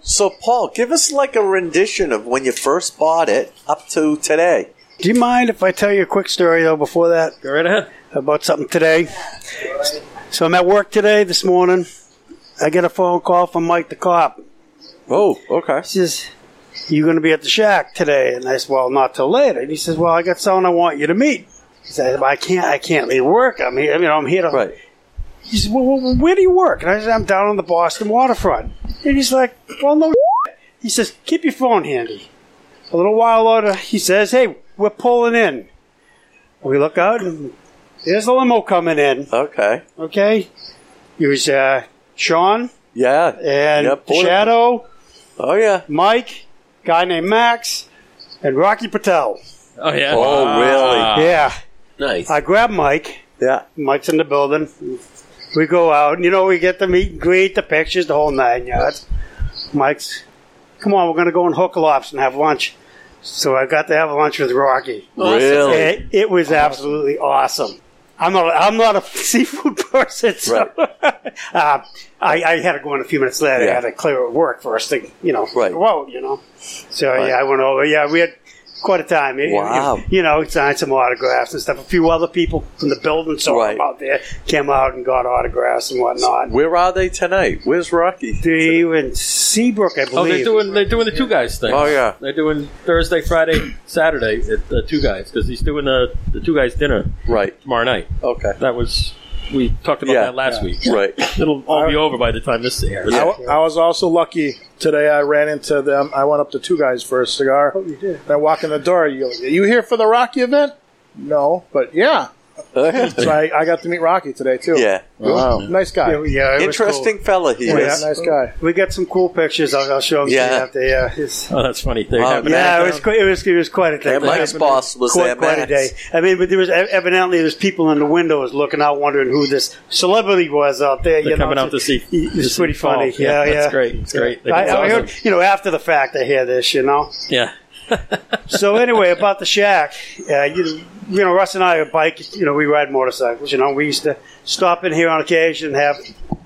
B: So, Paul, give us like a rendition of when you first bought it up to today.
H: Do you mind if I tell you a quick story though before that? Go right ahead. About something today. So I'm at work today this morning. I get a phone call from Mike the cop.
B: Oh, okay.
H: He says, "You going to be at the shack today?" And I said, "Well, not till later." And he says, "Well, I got someone I want you to meet." He said, "I can't. I can't leave work. I'm here. You know, I'm here to." Right. He says, well, well, where do you work?" And I said, "I'm down on the Boston waterfront." And he's like, "Well, no." He says, "Keep your phone handy." A little while later, he says, "Hey, we're pulling in." We look out, and there's a limo coming in.
B: Okay.
H: Okay. It was uh, Sean.
B: Yeah.
H: And
B: Yep, boy.
H: Shadow.
B: Oh yeah.
H: Mike, guy named Max, and Rocky Patel.
A: Oh yeah.
H: Oh, really? Yeah.
G: Nice.
H: I grab Mike.
B: Yeah.
H: Mike's in the building. We go out, and you know, we get to meet and greet, the pictures, the whole nine yards. Mike's, come on, we're going to go in Hooker Lops and have lunch. So I got to have lunch with Rocky.
B: Awesome. Really?
H: It, it was absolutely awesome. I'm not, I'm not a seafood person, so uh, I, I had to go in a few minutes later. I
B: Yeah.
H: had to clear at work first thing, you know.
B: Right.
H: Whoa, you know. So
B: Right.
H: yeah, I went over. Yeah, we had quite a time. It- it-
B: Wow.
H: You know, signed some autographs and stuff. A few other people from the building saw him out there, came out and got autographs and whatnot.
B: Where are they tonight? Where's Rocky?
H: They were in Seabrook, I believe.
A: Oh, they're doing they're doing the two guys thing.
B: Oh, yeah.
A: they're doing Thursday, Friday, Saturday at the two guys because he's doing the the two guys dinner
B: right
A: tomorrow night.
B: Okay,
A: that was we talked about
J: Yeah.
A: that last
J: Yeah.
A: week.
B: Right,
A: it'll all be over by the time this airs.
J: I, wa- I was also lucky today. I ran into them. I went up to two guys for a cigar. Oh, you did. I walk in the door. You, you here for the Rocky event? No, but yeah. so I, I got to meet Rocky today too.
B: Yeah. Wow.
J: Nice guy.
H: Yeah, yeah, it was cool.
J: Yeah, nice guy.
H: We got some cool pictures. I'll, I'll show them to you
A: Yeah.
H: after. Yeah, it's-
A: Oh, that's funny. They
H: Yeah,
A: have an
H: it
A: act
H: was, qu- it was it was quite a day.
A: And Mike's boss was
H: quite,
A: there,
H: quite a
A: Max.
H: day. I mean, but there was evidently there's people in the windows looking out, wondering who this celebrity was out there.
A: They're
H: you know,
A: coming out
H: so
A: to see-
H: It
A: to
H: was
A: see
H: pretty
A: Paul.
H: funny.
A: Yeah,
H: Yeah, yeah,
A: that's great. It's great.
H: I,
A: That's
H: I heard,
A: awesome.
H: you know, after the fact, I hear this. You know.
A: Yeah.
H: so anyway, about the shack, uh, you you know, Russ and I are bike. You know, we ride motorcycles. You know, we used to stop in here on occasion, have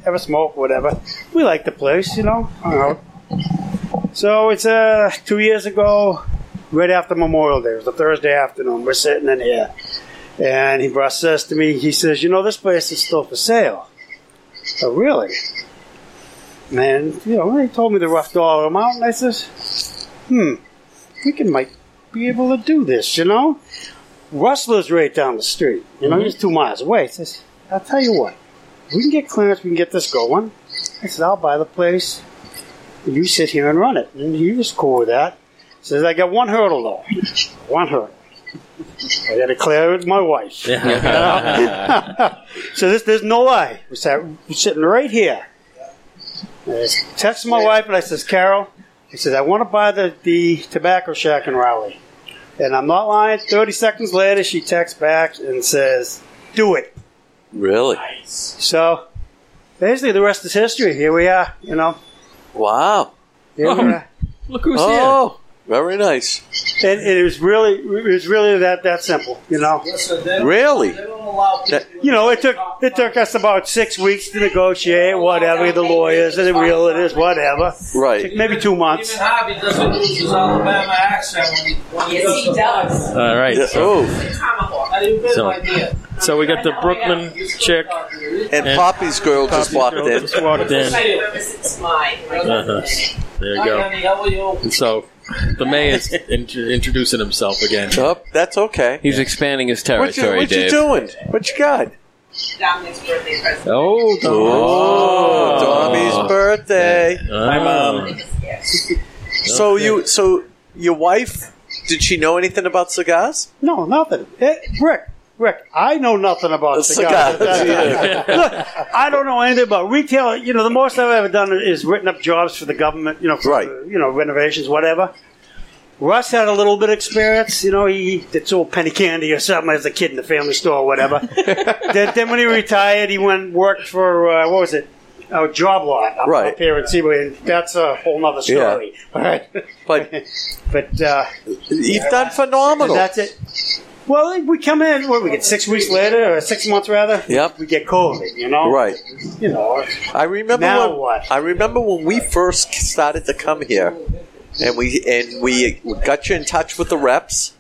H: have a smoke, whatever. We like the place. You know. I don't know. So it's uh two years ago, right after Memorial Day. It was a Thursday afternoon. We're sitting in here, and he Russ says to me, he says, "You know, this place is still for sale." Oh, really? Man, you know, he told me the rough dollar amount, and I says, "Hmm." we can might be able to do this, you know? Russ lives right down the street, you know,
D: Mhm.
H: he's two miles away. He says, I'll tell you what, we can get clearance, we can get this going. I said, I'll buy the place, and you sit here and run it. And he was cool with that. He says, I got one hurdle though. One hurdle. I got to clear it with my wife. so this, there's no lie. We're sat- we're sitting right here. And I text my wife and I says, Carol, I says, I want to buy the, the tobacco shack in Raleigh. And I'm not lying. 30 seconds later, she texts back and says, do it.
B: really?
H: So basically the rest is history. Here we are, you know.
B: Wow.
H: Here we are.
A: Look
H: Um, who's here.
B: oh, very nice.
H: And, and it was really, it was really that, that simple, you know.
B: Really?
H: You know, it took it took us about six weeks to negotiate, whatever the lawyers and the realtors, whatever.
B: Right.
H: Took maybe two months.
N: Hobby doesn't lose his Alabama accent when he, when he
P: Yes, he does.
A: All right.
B: Yeah.
A: So,
N: Tomahawk. I didn't get
A: So-
N: an idea.
A: so we got the Brooklyn chick
B: And Poppy's girl just
A: Poppy's
B: walked
A: girl
B: in.
A: just walked in.
P: It's mine.
A: Uh-huh. There you
N: Hi, honey, how are you?
A: go. And so the May is int- introducing himself again.
B: that's okay.
K: He's expanding his
A: What you-
K: territory,
A: what you
K: Dave.
B: doing? What you got?
P: Dominic's birthday present.
K: Oh, Dom.
B: Oh, Tommy's birthday.
A: Hi, Mom.
B: So you, so your wife, did she know anything about cigars?
H: No, nothing. Eh, Rick, Rick, I know nothing about cigars.
B: cigars,
H: Look, I don't know anything about retail. You know, the most I've ever done is written up jobs for the government. You know, for,
B: Right.
H: You know, renovations, whatever. Russ had a little bit of experience. You know, he did sold penny candy or something as a kid in the family store or whatever. then, then when he retired, he went and worked for, uh, what was it? Oh, job lot up,
B: Right.
H: up here in Seaway. That's a whole nother story. All right.
B: But
H: but uh,
B: you've done phenomenal.
H: That's it. Well, we come in. What do we get? Six weeks later, or six months rather.
B: Yep.
H: We get COVID. You know.
B: Right.
H: You know.
B: I remember
H: Now
B: when,
H: what?
B: I remember when we first started to come here, and we and we got you in touch with the reps,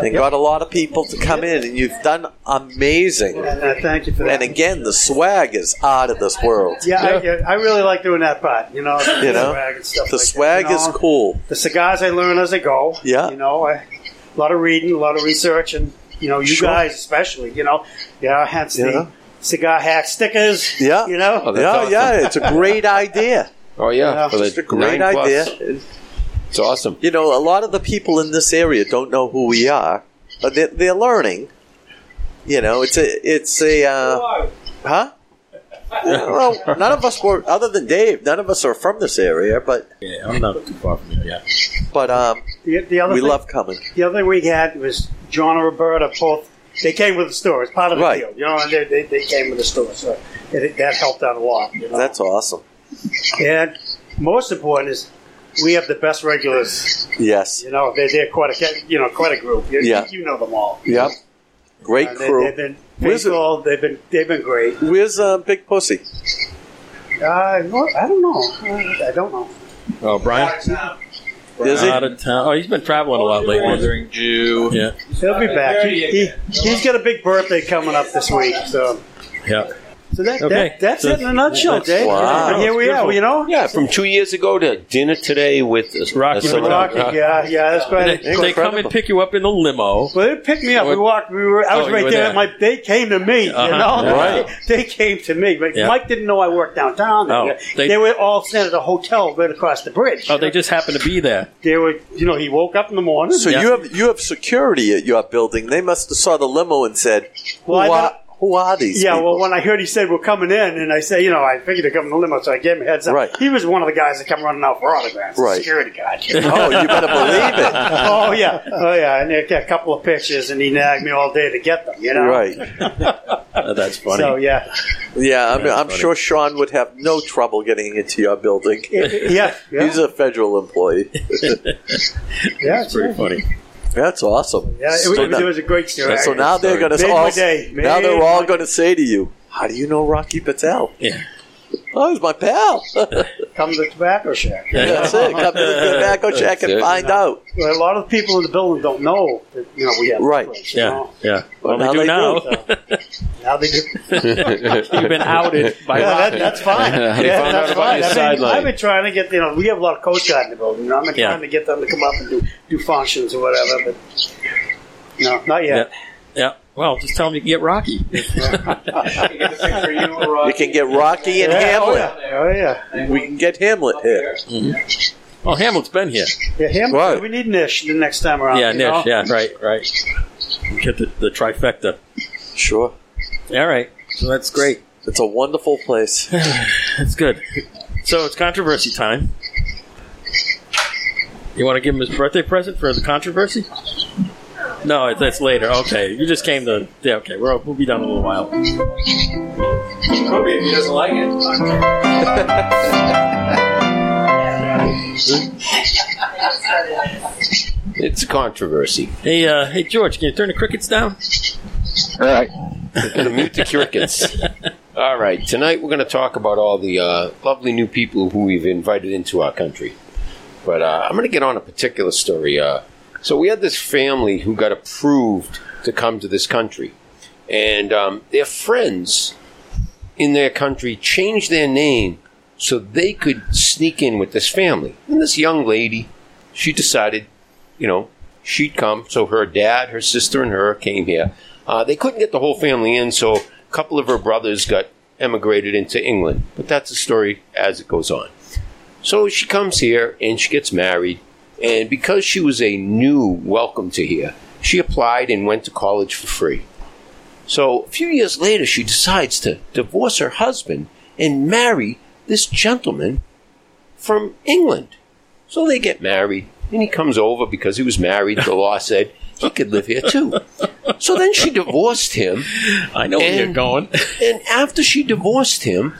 B: and got a lot of people to come in, and you've done amazing.
H: thank you for
B: And again, the swag is out of this world.
H: Yeah, I, I really like doing that part. You know,
B: You know,
H: swag and stuff
B: the
H: like that,
B: swag
H: you
B: is
H: know.
B: cool.
H: The cigars I learn as I go.
B: Yeah.
H: you know, I, a lot of reading, a lot of research, and you know, you
B: Sure.
H: guys especially. You know, yeah, hence
B: Yeah.
H: the cigar hack stickers.
B: Yeah,
H: you know,
G: Oh, that's
B: yeah,
G: awesome.
B: yeah, it's a great idea.
G: Oh yeah,
B: Yeah,
G: for the
B: just a great
G: nine plus.
B: idea.
G: It's awesome.
B: You know, a lot of the people in this area don't know who we are, but they're, they're learning. You know, it's a, it's a, uh, huh? well, none of us were, other than Dave, none of us are from this area, but
A: Yeah, I'm not too far from here. Yeah.
B: but um,
H: The, the other
B: we
H: thing,
B: love coming.
H: The other thing we had was John and Roberta both. They came with the store. It's part of the
B: Right.
H: deal, you know. And they, they, they came with the store, so it, that helped out a lot. You know?
B: That's awesome.
H: And most important is we have the best regulars.
B: Yes.
H: You know, they're, they're quite a ca- you know quite a group. You,
B: Yeah.
H: you know them all.
B: Yep. Great
H: And they,
B: crew.
H: They've been
B: Where's it-
H: faithful. They've been they've been great.
B: Where's uh, Big Pussy?
H: Uh, what- I don't know. I don't know.
A: Oh, Brian?
B: Is he?
A: Out of town. Oh, he's been traveling a lot lately. Wandering
L: Jew.
A: Yeah.
H: He'll be back. He, he, he's got a big birthday coming up this week, so.
A: Yeah.
H: So that,
G: Okay.
H: that that's
G: So-
H: it in a nutshell,
G: That's-
H: Dave.
G: wow.
H: And here we
G: Beautiful.
H: are, you know?
G: Yeah, from two years ago to dinner today with uh,
A: Rocky
G: someone else.
H: Rocky, yeah, yeah, that's
A: They,
H: quite
A: they come and pick you up in the limo.
H: Well, they picked me up. We walked. We were. I
A: Oh,
H: was
A: you
H: right
A: were
H: there.
A: there.
H: My, they came to me.
A: Uh-huh.
H: You know,
A: Right.
H: they, came to me. But
A: Yeah.
H: Mike didn't know I worked downtown.
A: Oh,
H: they,
A: they-
H: were all sitting at a hotel right across the bridge.
A: Oh, they just happened to be there.
H: They were. You know, he woke up in the morning.
B: So you have you have security at your building. They must have saw the limo and said, "Who,
H: Well, I
B: are,
H: don't-
B: who are these?"
H: Yeah,
B: people?
H: well, when I heard he said we're coming in, and I said, you know, I figured they're coming in the limo, so I gave him a heads up.
B: Right.
H: He was one of the guys that come running out for autographs. the
B: Right.
H: Security guard.
B: Oh, you better believe it.
H: oh yeah, oh yeah, and they got a couple of pictures, and he nagged me all day to get them. You know,
B: Right.
A: that's funny.
H: So yeah,
B: yeah, I'm,
H: That's
B: I'm
H: funny.
B: sure Sean would have no trouble getting into your building.
H: yeah, yeah.
B: he's a federal employee.
H: yeah, it's
A: pretty funny.
B: That's awesome.
H: Yeah, it was, it was a great story.
B: So now they're going
H: Made
B: to
H: my
B: all
H: day.
B: now
H: Made
B: they're all
H: my-
B: going to say to you, "How do you know Rocky Patel?"
A: Yeah.
B: Oh, he's my pal.
H: come to the tobacco shack.
B: That's it. Come to the tobacco shack and find out.
H: Well, a lot of people in the building don't know that you know we have
B: Right.
A: Yeah, yeah. Well,
B: Well,
A: they
B: now
A: do
B: they
A: now.
H: Now they do.
A: You've been outed by
H: yeah, that,
A: Rocky.
H: that's fine. Yeah,
A: They found
H: that's
A: out about
H: fine.
A: your
H: I've, been,
A: sideline.
H: I've been trying to get you know we have a lot of coast guard in the building. You know, I've been
A: Yeah.
H: trying to get them to come up and do do functions or whatever, but no, not yet.
A: Yeah. Well, just tell them you can get Rocky.
B: You can get Rocky and
H: Yeah, oh,
B: Hamlet.
H: yeah. Oh yeah,
B: We can get Hamlet here.
A: Mm-hmm. Well, Hamlet's been here.
H: yeah. Him,
A: Right.
H: We need Nish the next time around.
A: yeah,
H: you
A: Nish.
H: know?
A: Yeah, right, right. Get the, the trifecta.
B: Sure.
A: All right. So that's great.
B: It's a wonderful place.
A: That's good. So it's controversy time. You want to give him his birthday present for the controversy? No, it- that's later. Okay, you just came to. Yeah, okay, we're, we'll be done in a little while.
N: Could be if he doesn't like it.
G: It's a controversy.
A: Hey, uh, hey, George, can you turn the crickets down?
M: All right.
G: Gonna mute the crickets. All right. Tonight we're going to talk about all the uh, lovely new people who we've invited into our country. But uh, I'm going to get on a particular story. Uh, so we had this family who got approved to come to this country, and um, their friends in their country changed their name so they could sneak in with this family. And this young lady, she decided, you know, she'd come. So her dad, her sister, and her came here. Uh, they couldn't get the whole family in, so a couple of her brothers got emigrated into England. But that's the story as it goes on. So she comes here and she gets married. And because she was a new welcome to here, she applied and went to college for free. So a few years later, she decides to divorce her husband and marry this gentleman from England. So they get married, and he comes over because he was married. The law said he could live here too. So then she divorced him.
A: I know where you're going.
G: and after she divorced him,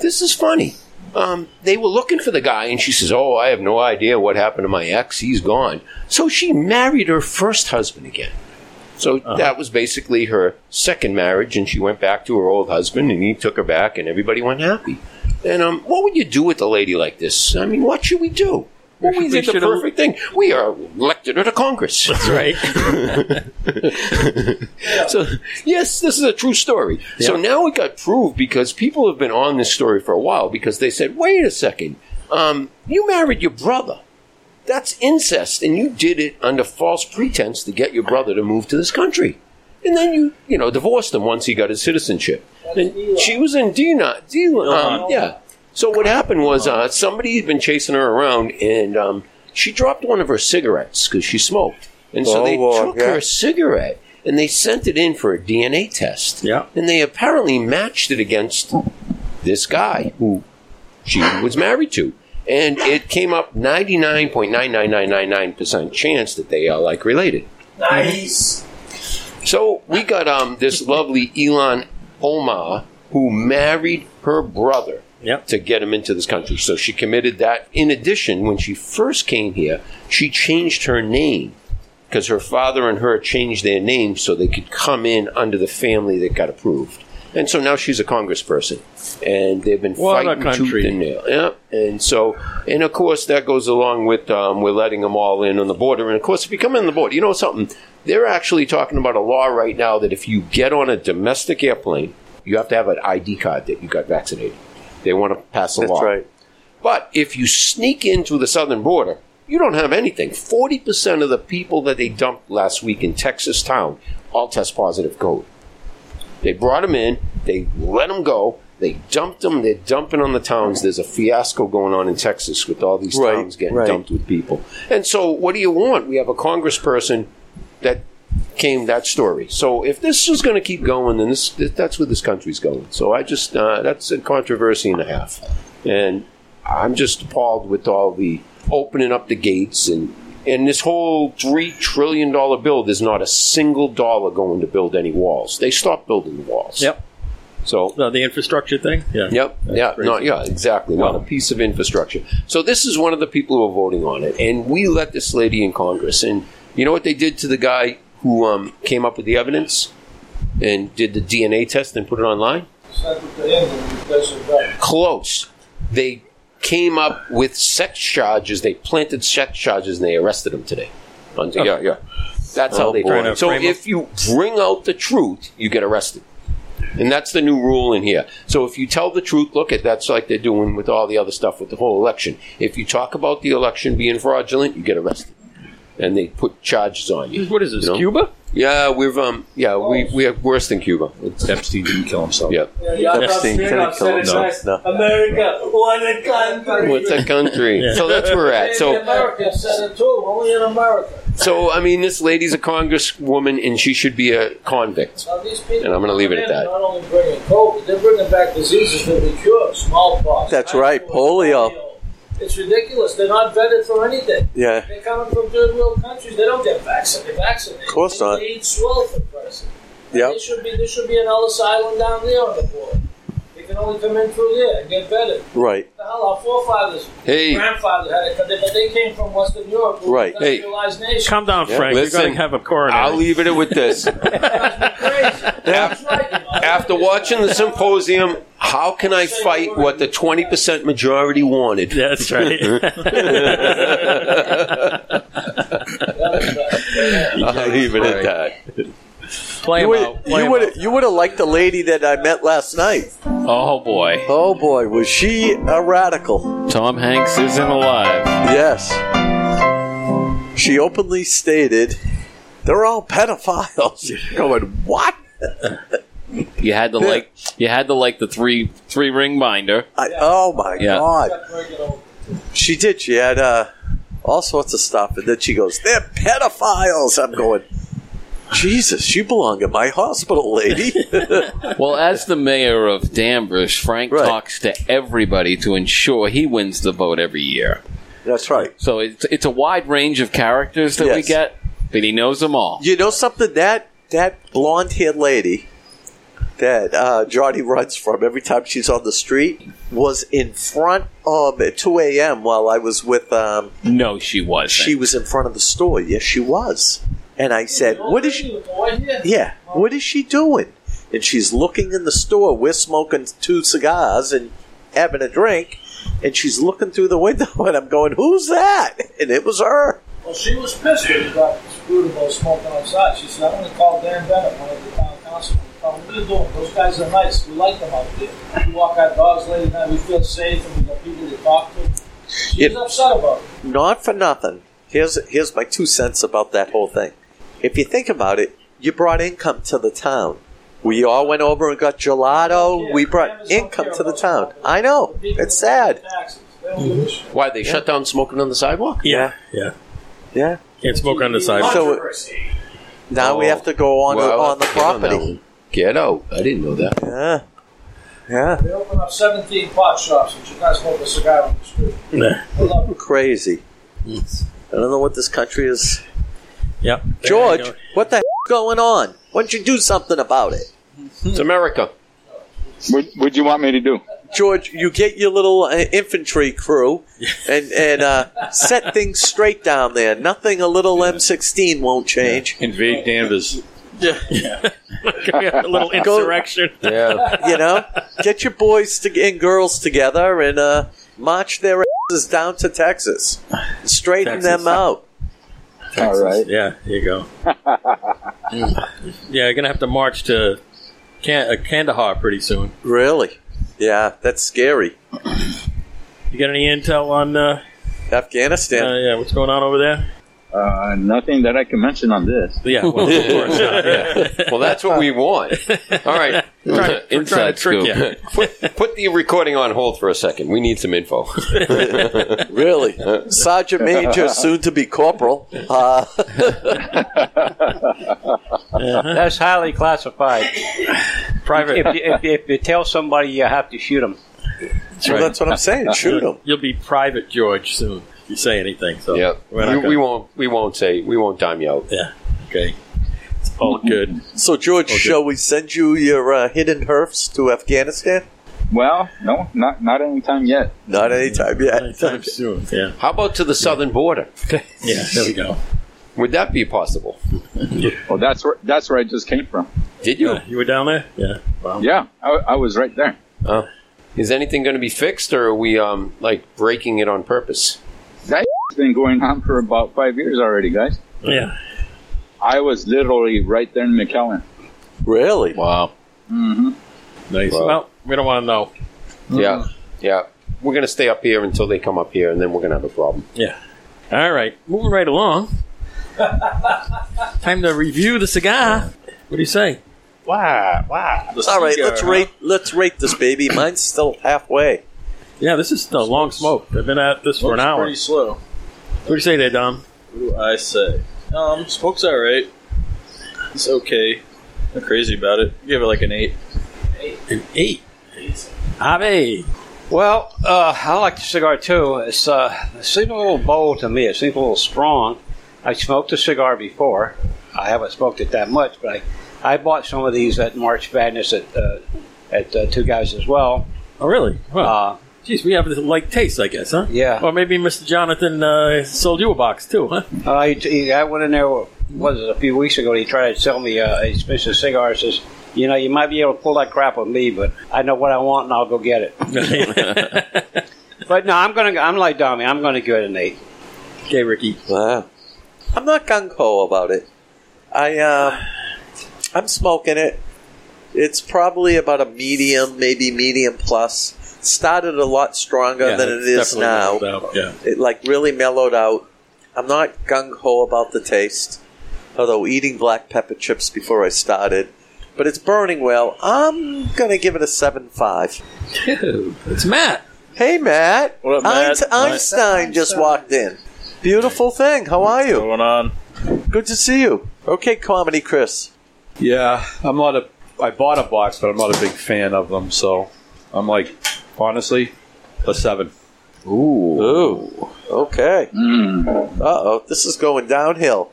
G: this is funny. Um, they were looking for the guy, and she says, Oh, I have no idea what happened to my ex. He's gone. So she married her first husband again. So that was basically her second marriage, and she went back to her old husband, and he took her back, and everybody went happy. And um, what would you do with a lady like this? I mean, what should we do? Well, we did the perfect thing. We are elected to Congress. That's
A: right.
G: so, yes, this is a true story. So now it got proved because people have been on this story for a while because they said, wait a second, um, you married your brother. That's incest, and you did it under false pretense to get your brother to move to this country. And then you, you know, divorced him once he got his citizenship. And she was in Dina, Dina,
Q: Uh-huh.
G: um, yeah. So what happened was uh, somebody had been chasing her around, and um, she dropped one of her cigarettes because she smoked, and so
Q: Oh,
G: they
Q: Lord,
G: took
Q: yeah.
G: her cigarette and they sent it in for a DNA test.
A: Yeah,
G: and they apparently matched it against this guy who she was married to. And it came up 99.99999% chance that they are like related.
N: Nice.
G: So we got um, this lovely Elon Omar who married her brother to get him into this country. So she committed that. In addition, when she first came here, she changed her name because her father and her changed their names so they could come in under the family that got approved. And so now she's a congressperson, and they've been
A: What a
G: fighting tooth
A: country.
G: and nail. Yeah, and so, and of course, that goes along with um, we're letting them all in on the border. And of course, if you come in on the border, you know something? They're actually talking about a law right now that if you get on a domestic airplane, you have to have an ID card that you got vaccinated. They want to pass a
B: That's
G: law.
B: right.
G: But if you sneak into the southern border, you don't have anything. 40% of the people that they dumped last week in Texas town all test positive COVID. They brought them in, they let them go, they dumped them, they're dumping on the towns. There's a fiasco going on in Texas with all these towns getting
B: right.
G: dumped with people. And so, what do you want? We have a congressperson that came that story. So, if this is going to keep going, then this, that's where this country's going. So, I just, uh, that's a controversy and a half. And I'm just appalled with all the opening up the gates and and this whole three trillion dollar bill. There's not a single dollar going to build any walls. They stopped building the walls.
A: Yep.
G: So
A: the infrastructure thing. Yeah.
G: Yep. yeah.
A: crazy.
G: Not, yeah. Exactly. Not a piece of infrastructure. So this is one of the people who are voting on it, and we let this lady in Congress. And you know what they did to the guy who um, came up with the evidence and did the DNA test and put it online? Close. They came up with sex charges. They planted sex charges and they arrested him today. On-
A: Oh.
G: Yeah, yeah. That's
A: Oh,
G: how they
A: boy.
G: do it. So
A: Trying to frame
G: if you bring out the truth, you get arrested. And that's the new rule in here. So if you tell the truth, look at that's like they're doing with all the other stuff with the whole election. If you talk about the election being fraudulent, you get arrested. And they put charges on you.
A: What is this,
G: you know?
A: Cuba?
G: Yeah, we've um yeah, we we are worse than Cuba. Epstein didn't kill himself. Yeah. No.
N: America, what a country.
G: What's a country? So that's where we're at. So
N: America said it too, only in America.
G: So I mean, this lady's a congresswoman, and she should be a convict.
N: Now, these people
G: And I'm gonna leave it at
N: come in
G: that.
N: Not only bringing COVID, they're bringing back diseases that we cure, smallpox.
B: That's right. Polio.
N: It's ridiculous. They're not vetted for anything.
B: Yeah.
N: They're coming from third world countries. They don't get vaccinated. vaccinated.
B: Of course
N: they,
B: not.
N: They eat swell for president.
B: Yep.
N: There should be there should be an Ellis Island down there on the board. They can only come in through there and get vetted.
B: Right.
N: The hell, our forefathers,
G: Hey.
N: grandfathers had it, but they- but they came from Western Europe. who were
G: Right. Hey.
N: industrialized nation.
A: Calm down, Frank.
G: Listen,
A: We're going to have a coronary.
G: I'll leave it with this. After watching the symposium, how can I fight what the twenty percent majority wanted?
A: That's right.
G: I'll leave it at
K: Uh,
G: that.
K: Play
B: you would, you would you would have liked the lady that I met last night.
K: Oh boy.
B: Oh boy, was she a radical?
K: Tom Hanks isn't alive.
B: Yes. She openly stated, "They're all pedophiles." You're going what?
K: You had to like you had to like the three three ring binder.
B: I, oh my
K: Yeah.
B: god. She did. She had uh, all sorts of stuff, and then she goes, "They're pedophiles." I'm going, Jesus, you belong in my hospital, lady.
K: well, as the mayor of Danvers, Frank talks to everybody to ensure he wins the vote every year.
B: That's right.
K: So it's it's a wide range of characters that we
B: Yes.
K: get, but he knows them all.
B: You know something? That that blonde haired lady that uh, Johnny runs from every time she's on the street was in front of at 2 a.m. while I was with. Um,
K: no, she was.
B: She was in front of the store. Yes, she was. And I said, "What is she? Yeah, what is she doing?" And she's looking in the store. We're smoking two cigars and having a drink. and she's looking through the window, and I'm going, "Who's that?" And it was her.
N: Well, she was pissed when he got screwed about smoking outside. She said, I'm going to call Dan Bennett, one of the town councilmen. and Tell him, what are you doing? Those guys are nice. We like them out there. We walk our dogs late at night. We feel safe and we got people to talk to. She
B: It-
N: was upset about it.
B: Not for nothing. Here's here's my two cents about that whole thing. If you think about it, you brought income to the town. We all went over and got gelato. we brought income to the town. I know. It's sad.
G: Why they shut down smoking on the sidewalk?
A: Yeah, yeah,
B: yeah.
A: Can't smoke on the sidewalk.
B: So now we have to go on
G: Well,
B: the,
G: I'll
B: on the
G: have to get on that
B: property.
G: one. Get out! I didn't know that.
B: Yeah, yeah.
N: They opened up 17 pot shops and she got to smoke a cigar on the street.
B: Crazy. I don't know what this country is.
A: Yep.
B: George, what the hell's going on? Why don't you do something about it?
G: It's America.
M: What would you want me to do?
B: George, you get your little uh, infantry crew and and uh, set things straight down there. Nothing a little M16 won't change.
L: Invade Danvers.
A: a little
B: Go-
A: insurrection.
B: you know, get your boys to, and girls together and uh, march their asses down to Texas. Straighten
A: Texas.
B: them out.
A: All right. Yeah, here you go. yeah, you're gonna have to march to Can- uh, Kandahar pretty soon.
B: Really? Yeah, that's scary.
A: You got any intel on uh,
B: Afghanistan?
A: Uh, yeah, what's going on over there?
M: Uh, nothing that I can mention on this.
A: Yeah, well, of course not, yeah.
G: Well, that's what we want. All right,
A: We're trying to- we're trying to
G: inside
A: trick
G: scoop. Put, put the recording on hold for a second. We need some info.
B: really, Sergeant Major, soon to be corporal. Uh,
D: That's highly classified.
A: Private.
D: If you, if, you, if you tell somebody, you have to shoot them.
B: Well, that's what I'm saying. Shoot 'em.
A: You'll be Private George soon. If you say anything, so
G: Yep.
A: we're not
G: We,
A: gonna-
G: we won't. We won't say. We won't time you out.
A: Yeah. Okay. It's all good.
B: so, George, shall we send you your uh, hidden herfs to Afghanistan?
M: Well, no, not not anytime yet.
B: Not anytime yet.
A: Anytime soon. Yeah.
G: How about to the southern border?
A: yeah. There we go.
G: Would that be possible?
M: Well, that's where that's where I just came from.
G: Did you?
A: You were down there. Yeah. Wow.
M: Yeah, I, I was right there.
G: Oh. Is anything going to be fixed, or are we um like breaking it on purpose?
M: That's been going on for about five years already, guys.
A: Yeah.
M: I was literally right there in McAllen.
B: Really?
G: Wow.
A: Mm-hmm.
M: hmm
A: Nice.
G: Wow.
A: Well, we don't want to know.
G: Yeah. Yeah. We're going to stay up here until they come up here, and then we're going to have a problem.
A: Yeah. All right. Moving right along. Time to review the cigar. What do you say?
B: Wow! Wow!
A: The
B: All right,
A: cigar,
B: let's
A: huh?
B: rate. Let's rate this baby. Mine's still halfway.
A: Yeah, this is the long smoke. I've been at this for an
L: Looks
A: hour.
L: Pretty slow.
A: What do you say there, Dom?
L: What do I say? Um, smoke's all right. It's okay. I'm crazy about it. Give it like an eight.
A: An eight. Ave.
D: Well, uh, I like the cigar too. It's uh, it seemed a little bold to me. It seemed a little strong. I smoked a cigar before. I haven't smoked it that much, but I, I bought some of these at March Madness at uh, at uh, Two Guys as well.
A: Oh, really? Well,
D: Uh,
A: geez, we have the like taste, I guess, huh?
D: Yeah.
A: Or maybe Mr. Jonathan uh, sold you a box too, huh?
D: Uh, he, he, I went in there, what was it, a few weeks ago, and he tried to sell me uh, a expensive cigar. He says, you know, you might be able to pull that crap with me, but I know what I want, and I'll go get it. but no, I'm going to, I'm like Dommy, I'm going to give it an eight.
A: Okay, Ricky.
B: Wow. I'm not gung ho about it. I um, I'm smoking it. It's probably about a medium, maybe medium plus. Started a lot stronger
A: Yeah,
B: than it
A: it's
B: is
A: definitely
B: now.
A: mellowed out, yeah.
B: It like really mellowed out. I'm not gung ho about the taste, although eating black pepper chips before I started. But it's burning well. I'm gonna give it a seven five.
A: It's Matt.
B: Hey Matt.
L: What up, Matt?
B: Einst- Einstein just walked in. Beautiful thing. How are you?
L: What's going on?
B: Good to see you. Okay, comedy Chris.
L: Yeah, I'm not a. I bought a box, but I'm not a big fan of them. So I'm like, honestly, a seven.
G: Ooh.
B: Ooh. Okay.
A: Mm.
B: Uh oh, this is going downhill.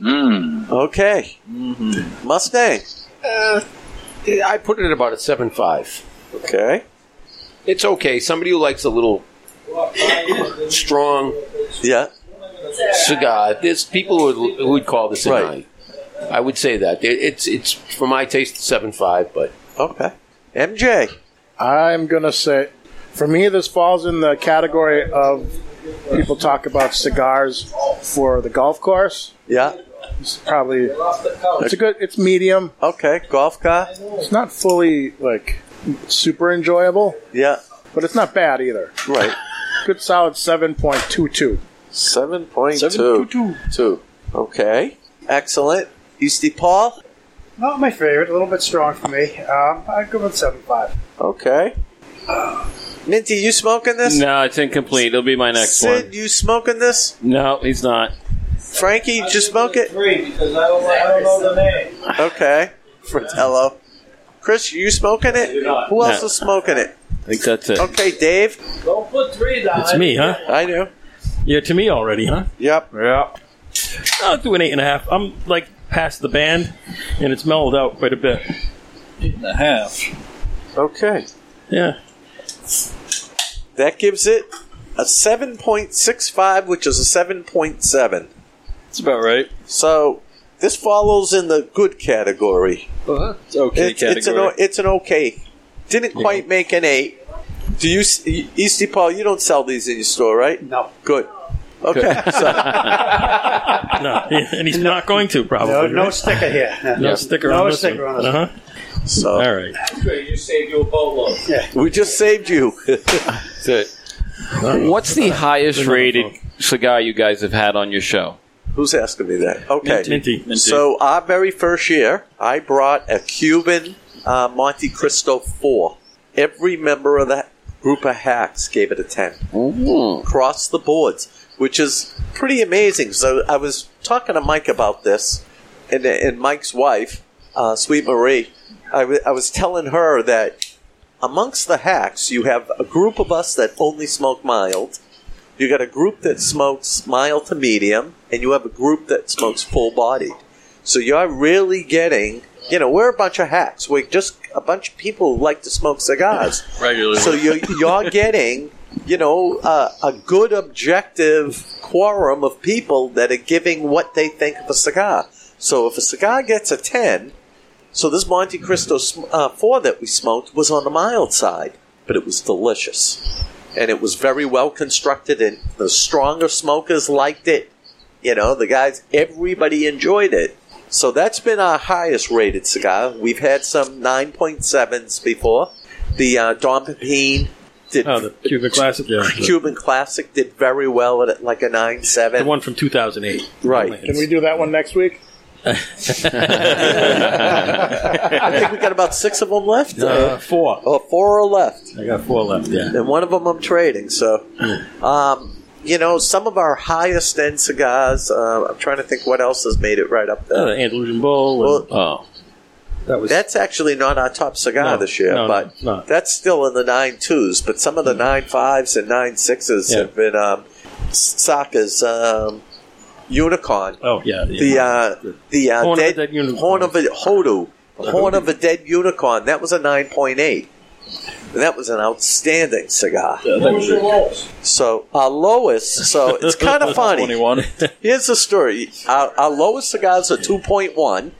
B: Mm. Okay. Mustang.
G: Uh, I put it at about a seven five.
B: Okay.
G: It's okay. Somebody who likes a little strong
B: yeah.
G: cigar. There's people who would, who would call this a nine. I would say that It- it's it's for my taste seven five, but
B: okay. MJ.
J: I'm gonna say For me, this falls in the category of people talk about cigars for the golf course.
B: Yeah.
J: It's probably it's a good it's medium.
B: Okay, golf car.
J: It's not fully like super enjoyable.
B: Yeah.
J: But it's not bad either.
B: Right.
J: Good solid seven point two two.
B: Seven point two.
J: two.
B: Two. Okay. Excellent. Easty Paul.
H: Not my favorite. A little bit strong for me. Um, I'd go with seven five.
B: Okay. Minty, you smoking this?
K: No, it's incomplete. It'll be my next
B: Sid,
K: one.
B: you smoking this?
K: No, he's not.
B: Frankie, just smoke it.
N: Three, because I don't, I don't know the name.
B: Okay. Fratello. Chris, you smoking it? Who else
K: No.
B: is smoking it?
K: I think that's it.
B: Okay, Dave.
N: Don't put three down.
A: It's me, huh?
B: I do.
A: Yeah, to me already, huh?
B: Yep.
A: Yeah. I'll do an eight and a half. I'm like past the band, and it's mellowed out quite a bit.
B: Eight and a half. Okay.
A: Yeah.
B: That gives it a 7.65, which is a 7.7.
L: That's about right.
B: So this follows in the good category.
L: Uh-huh. It's okay
B: It's- it's an o-
L: category.
B: it's an okay. Didn't quite make an eight. Do you, s- Easty Paul? You don't sell these in your store, right? No. Good. Okay. so,
A: no, and he's not going to probably.
H: No, no
A: right?
H: sticker here.
A: No sticker
H: No
A: on this
H: sticker
A: one.
H: on this one.
A: Uh-huh.
B: So-
A: All right.
N: You saved your boatload.
H: Yeah.
B: we just saved you.
K: What's the highest rated cigar you guys have had on your show?
B: Who's asking me that? Okay.
K: Minty. Minty.
B: So our very first year, I brought a Cuban uh, Monte Cristo four. Every member of that group of hacks gave it a ten
L: Mm-hmm.
B: across the boards, which is pretty amazing. So I was talking to Mike about this, and and Mike's wife, uh, Sweet Marie. I wa- I was telling her that amongst the hacks, you have a group of us that only smoke mild. You got a group that smokes mild to medium, and you have a group that smokes full bodied. So you're really getting, you know, we're a bunch of hacks. We're just a bunch of people who like to smoke cigars.
L: Regularly.
B: So you're, you're getting, you know, uh, a good objective quorum of people that are giving what they think of a cigar. So if a cigar gets a 10, so this Monte Cristo sm- uh, 4 that we smoked was on the mild side, but it was delicious. And it was very well constructed, and the stronger smokers liked it. You know, the guys, everybody enjoyed it. So that's been our highest rated cigar. We've had some 9.7s before. The uh, Don Pepin did.
A: Oh, the Cuban Classic, yeah.
B: Cuban Classic did very well at like a 9.7.
A: The one from 2008.
B: Right.
J: Can we do that one next week?
B: I think we got about six of them left.
A: Uh, four.
B: Oh, four are left.
A: I got four left, yeah.
B: And one of them I'm trading. So, um, you know, some of our highest end cigars. Uh, I'm trying to think what else has made it right up there.
A: Uh, the Andalusian Bowl. and- oh. That was
B: that's actually not our top cigar
A: No,
B: this year,
A: no, no,
B: but
A: it's not.
B: that's still in the nine twos. But some of the nine fives and nine sixes
A: Yeah.
B: have been um, Saka's um, unicorn.
A: Oh yeah,
B: the uh, the uh,
A: Horn of a
B: dead, horn of a hodu, horn of a dead unicorn. That was a nine point eight. And that was an outstanding cigar.
N: What was your lowest?
B: So our lowest, so it's kind of funny.
L: 21.
B: Here's the story. Our, our lowest cigars are two point one.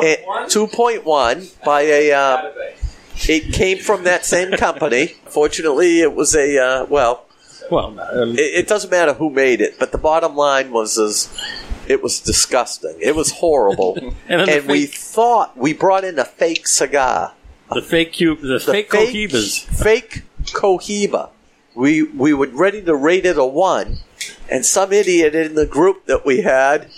B: Eh, Two point one by a. Uh, it came from that same company. Fortunately, it was a uh, well.
A: Well, um,
B: it, it doesn't matter who made it, but the bottom line was is it was disgusting. It was horrible,
A: And
B: and,
A: then the
B: we thought we brought in a fake cigar
A: the fake cube, the, fake, Cohibas.
B: fake Cohiba. We we were ready to rate it a one, and some idiot in the group that we had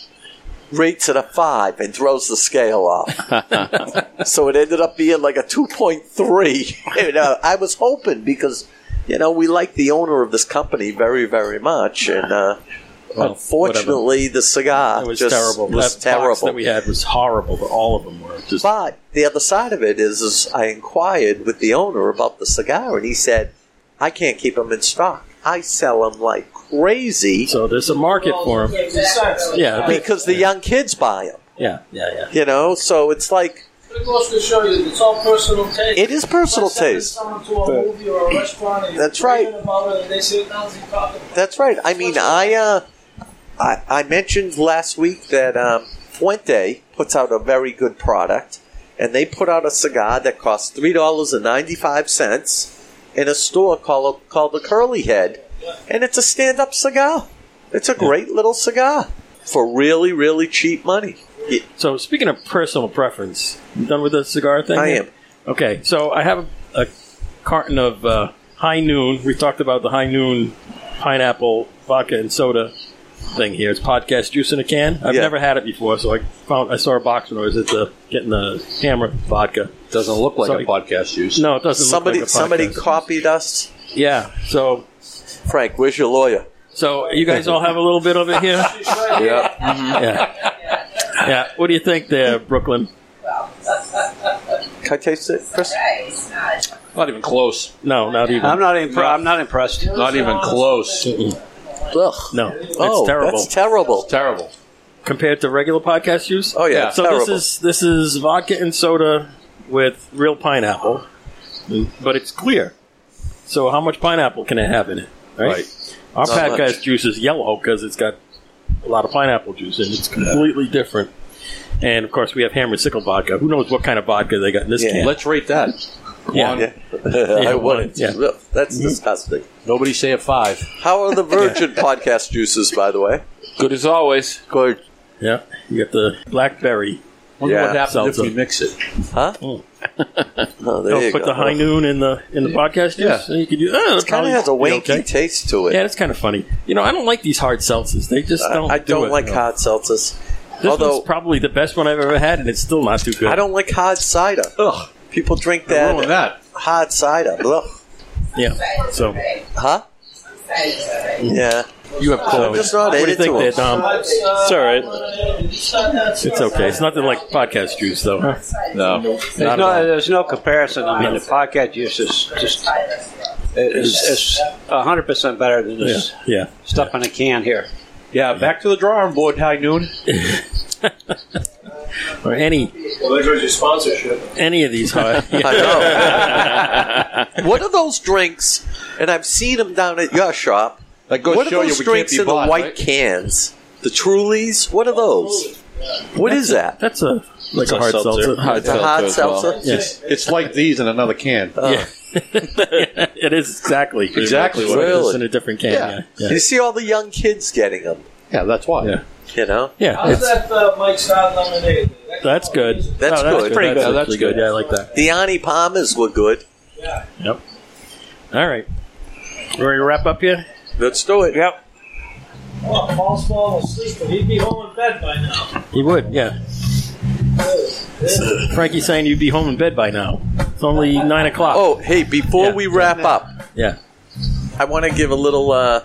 B: rates it a five and throws the uh, scale off. so it ended up being like a two point three. And, uh, I was hoping because you know we like the owner of this company very very much, and uh,
A: Well,
B: unfortunately the cigar
A: It was
B: just
A: terrible.
B: Was
A: that
B: terrible.
A: box that we had was horrible. But all of them were just.
B: But the other side of it is, is I inquired with the owner about the cigar, and he said, "I can't keep them in stock. I sell them like crazy."
A: So there's a market for them. Yeah, they-
B: because the young kids buy them.
A: Yeah, yeah, yeah.
B: You know, so it's like
N: It goes to show you, it's all personal taste.
B: It is personal
N: Like sending
B: taste.
N: Someone to a movie or a restaurant, and you're
B: That's right.
N: raving about it, and they sit down and talk about
B: that's right. I mean, I uh, I, I mentioned last week that um, Fuente puts out a very good product, and they put out a cigar that costs three dollars and ninety five cents. in a store called called the Curly Head, and it's a stand up cigar. It's a great little cigar for really really cheap money.
A: So speaking of personal preference, you done with the cigar thing?
B: I am.
A: Okay, so I have a, a carton of uh, High Noon. We talked about the High Noon pineapple vodka and soda thing here. It's podcast juice in a can. I've
L: Yeah.
A: never had it before, so I found I saw a box when I was at the getting the hammer vodka.
C: Doesn't look like
A: So
C: a
A: I-
C: podcast juice.
A: No, it doesn't.
B: Somebody
A: look like a podcast.
B: somebody copied us.
A: Yeah. So,
B: Frank, where's your lawyer?
A: So you guys all have a little bit of it here. Mm-hmm.
B: yeah.
A: Yeah. Yeah. What do you think there, Brooklyn?
B: Can I taste it, Chris?
C: Not even close.
A: No, not even.
D: I'm not impre- I'm not impressed.
C: Not even close.
B: Ugh.
A: No, it's
D: Oh,
A: terrible.
D: that's terrible.
C: terrible.
A: Compared to regular podcast juice.
B: Oh, yeah, it's
A: So
B: terrible.
A: this is this is vodka and soda with real pineapple, but it's clear. So how much pineapple can it have in it? Right. Our
L: Not
A: podcast
L: much.
A: juice is yellow because it's got a lot of pineapple juice in it. It's completely different. And of course, we have hammered sickle vodka. Who knows what kind of vodka they got in this
C: Yeah.
A: can?
C: Let's rate that.
A: Yeah.
C: One.
A: Yeah.
B: I
A: one.
B: wouldn't.
A: Yeah.
B: Ugh, That's disgusting.
C: Mm-hmm. Nobody say a five.
B: How are the Virgin podcast juices, by the way?
K: Good as always.
B: Good.
A: Yeah. You got the blackberry.
B: Wonder what happens if
A: salsa.
B: we
C: mix it.
B: Huh? Oh, there
A: Don't
B: you
A: put
B: go.
A: the high noon in the in the podcast juice.
B: Yeah.
A: Yeah. You could use, oh,
B: It kind of has a
A: probably be
B: wanky
A: okay.
B: taste to it.
A: Yeah, it's kind of funny. You know, I don't like these hard seltzers. They just
B: I-
A: don't.
B: I
A: do
B: don't
A: it.
B: like hard seltzers.
A: This
B: Although-
A: one's probably the best one I've ever had, and it's still not too good.
B: I don't like hard cider.
A: Ugh.
B: People drink that.
A: ruined that.
B: Hard cider. Ugh.
A: Yeah. So. Mm.
B: Huh? Yeah.
A: You have
B: I'm
A: COVID.
B: just not
A: what do you
B: into
A: think
B: them.
A: there, Dom?
N: uh,
A: It's all right. It's okay. It's nothing like podcast juice, though.
C: No.
D: There's no, there's no comparison. I mean, the podcast use is just it's hundred percent better than this
A: Yeah.
D: stuff in a can here.
C: Yeah, back to the drawing board. High noon.
A: Or any
N: Well, there goes your sponsorship.
A: any of these hard.
B: I know. what are those drinks? And I've seen them down at your shop.
C: That goes
B: what are
C: show you
B: those
C: we can't
B: drinks
C: be
B: in
C: bought,
B: the white
C: right?
B: cans? The Trulies? What are those? What is that?
A: That's a
B: Like a hard seltzer.
C: Hard
B: It's a hard seltzer? Uh.
C: Yes. It's like these in another can.
A: Yeah. it is exactly pretty
C: Exactly
A: much
C: what it
A: what it is
C: is.
A: in a different can. Yeah, yeah.
B: You see all the young kids getting them.
C: Yeah, that's why.
A: Yeah.
B: You know?
A: Yeah,
N: How's that uh, Mike's Hot Lemonade?
A: that's good.
B: That's
A: No,
B: good.
A: Oh, That's, actually good. Yeah, I like that.
B: The Ani Palmers were good.
A: Yep. All right. You ready to wrap up here?
B: Let's do it.
A: Yep.
N: Oh, Paul Small was sleeping. He'd be home in bed by now.
A: He would, yeah. Frankie's saying you'd be home in bed by now. It's only 9 o'clock.
B: Oh, hey, before we wrap up,
A: yeah.
B: I want to give a little, uh,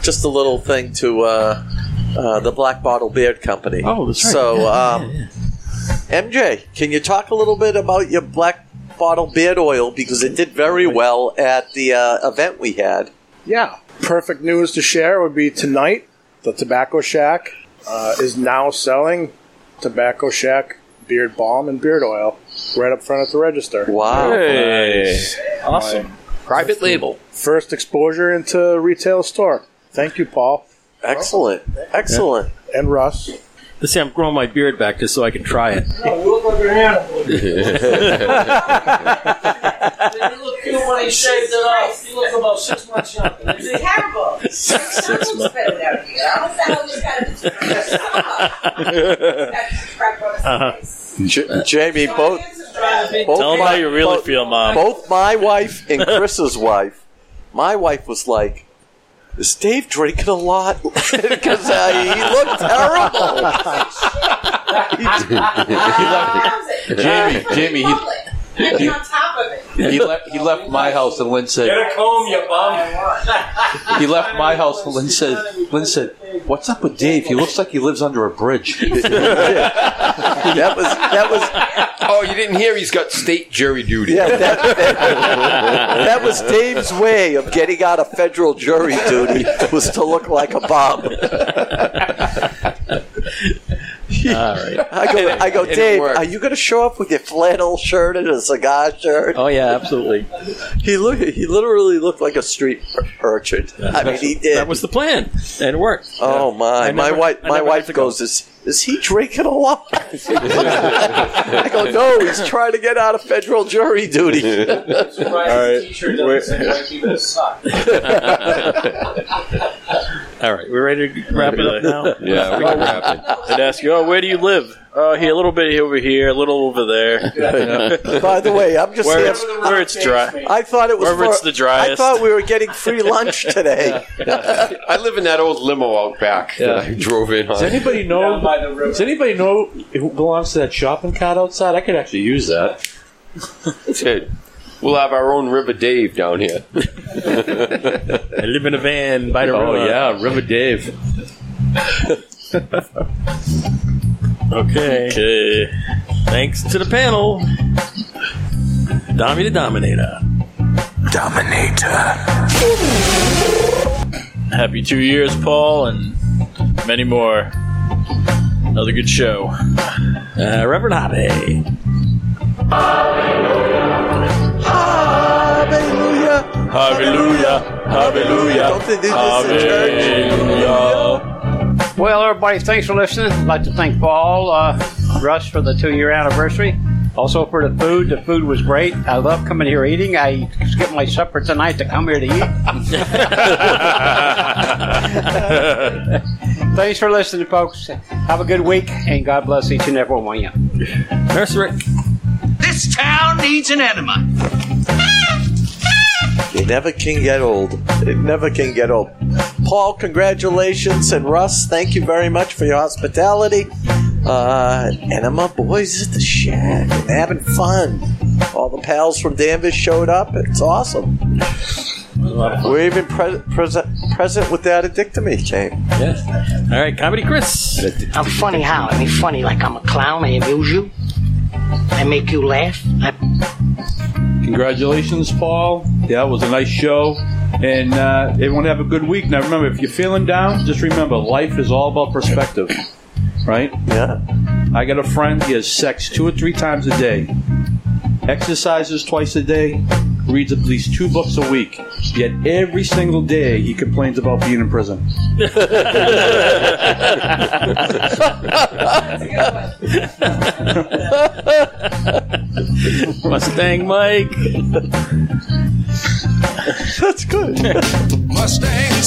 B: just a little thing to uh, uh, the Black Bottle Beard Company.
A: Oh, that's right.
B: So,
A: Yeah,
B: um, MJ, can you talk a little bit about your Black Bottle Beard Oil because it did very well at the uh, event we had.
J: Yeah. Perfect news to share would be tonight the Tobacco Shack uh, is now selling Tobacco Shack beard balm and beard oil right up front at the register.
B: Wow.
K: Hey.
J: Awesome.
K: Private label.
J: First exposure into retail store. Thank you, Paul.
B: Excellent. Excellent.
J: And Russ.
A: Let's see, I'm growing my beard back just so I can try it.
N: No, you look like an animal.
P: you
N: look cute when he shaved it off. You look about six months younger.
P: It's terrible. Six months.
B: J- Jamie, both. both
Q: Tell 'em how you really feel, Mom.
B: Both my wife and Chris's wife. My wife was like, "Is Dave drinking a lot?" Because uh, he looked
C: he left, Jamie, Jamie, he,
P: You're on top of it.
C: he left. He left my house, and Lynn said
N: Get a comb, you bum.
C: he left my house, and Lynn said Lynn said, "What's up with Dave? He looks like he lives under a bridge."
B: that was that was.
G: Oh, you didn't hear? He's got state jury duty.
B: Yeah, that, that- that was Dave's way of getting out of federal jury duty was to look like a bomb.
A: All right.
B: I go, I go,
A: It
B: Dave,
A: worked.
B: are you going to show up with your flannel shirt and a cigar shirt?
A: Oh, yeah, absolutely.
B: He look, he literally looked like a street ur- urchin. I mean, he did.
A: That was the plan, and it worked.
B: Oh my!
A: I
B: my
A: never-
B: wife,
A: I
B: my
A: never had
B: wife
A: to go.
B: goes. Is, Is he drinking a lot? I go, no, he's trying to get out of federal jury duty.
N: Surprised the T-shirt doesn't say white people suck.
A: All right, we're ready to wrap it up now.
Q: Yeah, we can wrap it.
A: I'd ask you, oh, where do you live? Oh, here, a little bit over here, a little over there.
B: By the way, I'm just
A: where
B: here-
A: it's, where it's dry.
B: I thought it was
A: wherever
B: for-
A: it's the driest.
B: I thought we were getting free lunch today.
G: I live in that old limo out back that I drove in on.
C: Does anybody know? Does anybody know who belongs to that shopping cart outside? I could actually use that.
G: Dude, we'll have our own River Dave down here.
A: I live in a van by the
C: Oh,
A: river.
C: yeah, River Dave.
A: Okay. Okay. Thanks to the panel. Dommy the Dominator.
R: Dominator. Happy two years, Paul, and many more. Another good show.
A: Uh, Reverend Hobby.
R: Hallelujah. Hallelujah. Hallelujah. Hallelujah.
D: Well, everybody, thanks for listening. I'd like to thank Paul, uh, Russ for the two year anniversary. Also for the food. The food was great. I love coming here eating. I skipped my supper tonight to come here to eat. thanks for listening, folks. Have a good week, and God bless each and every one of you.
A: Nurse Rick.
S: This town needs an enema.
B: They never can get old. It never can get old. Paul, congratulations, and Russ, thank you very much for your hospitality. Uh, and I'm up, boys, at the shack and having fun. All the pals from Danvers showed up. It's awesome. We're even pre- prese- present with that addictomy came.
A: Yes. All right, Comedy Chris.
F: I'm funny how? I mean, funny like I'm a clown. I amuse you. I make you laugh. I,
C: Congratulations, Paul. That was a nice show. And uh, everyone have a good week. Now, remember, if you're feeling down, just remember life is all about perspective, right?
B: Yeah.
C: I got a friend, he has sex two or three times a day, exercises twice a day, reads at least two books a week. Yet every single day he complains about being in prison.
A: Mustang Mike.
B: That's good.
R: Mustang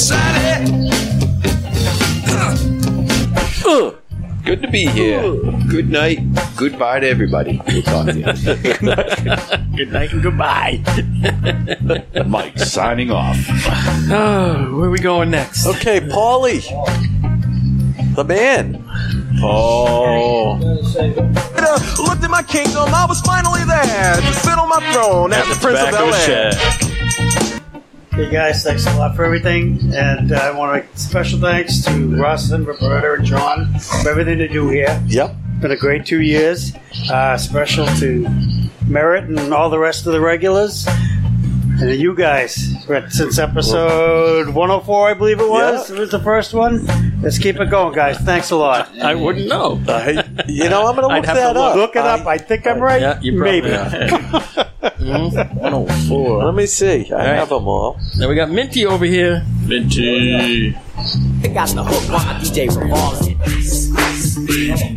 G: Good to be here. Good night. Goodbye to everybody. We'll talk to you.
A: Good night and goodbye.
C: Mike signing off.
A: Oh, where are we going next?
B: Okay, Paulie. The man.
R: Oh. uh, Looked at my kingdom, I was finally there to sit on my throne as the Prince of
Q: Tobacco
R: Bel Air.
Q: shack.
H: Hey guys, thanks a lot for everything, and uh, I want to make special thanks to Russ and Roberta and John for everything they do here.
B: Yep,
H: been a great two years. Uh, special to Merritt and all the rest of the regulars, and to you guys We're at- since episode 104, I believe it was. It was the first one. Let's keep it going, guys. Thanks a lot.
A: I wouldn't know.
B: Uh, you know, I'm going
H: I'd
B: to look
H: have to
B: that up.
H: Look it up. I think I'm right.
A: Yeah, you probably
H: Maybe.
A: are.
Q: Mm-hmm.
B: Let me see. I have them all.
A: Now we got Minty over here.
Q: Minty.
E: They got the hook on DJ Revolver.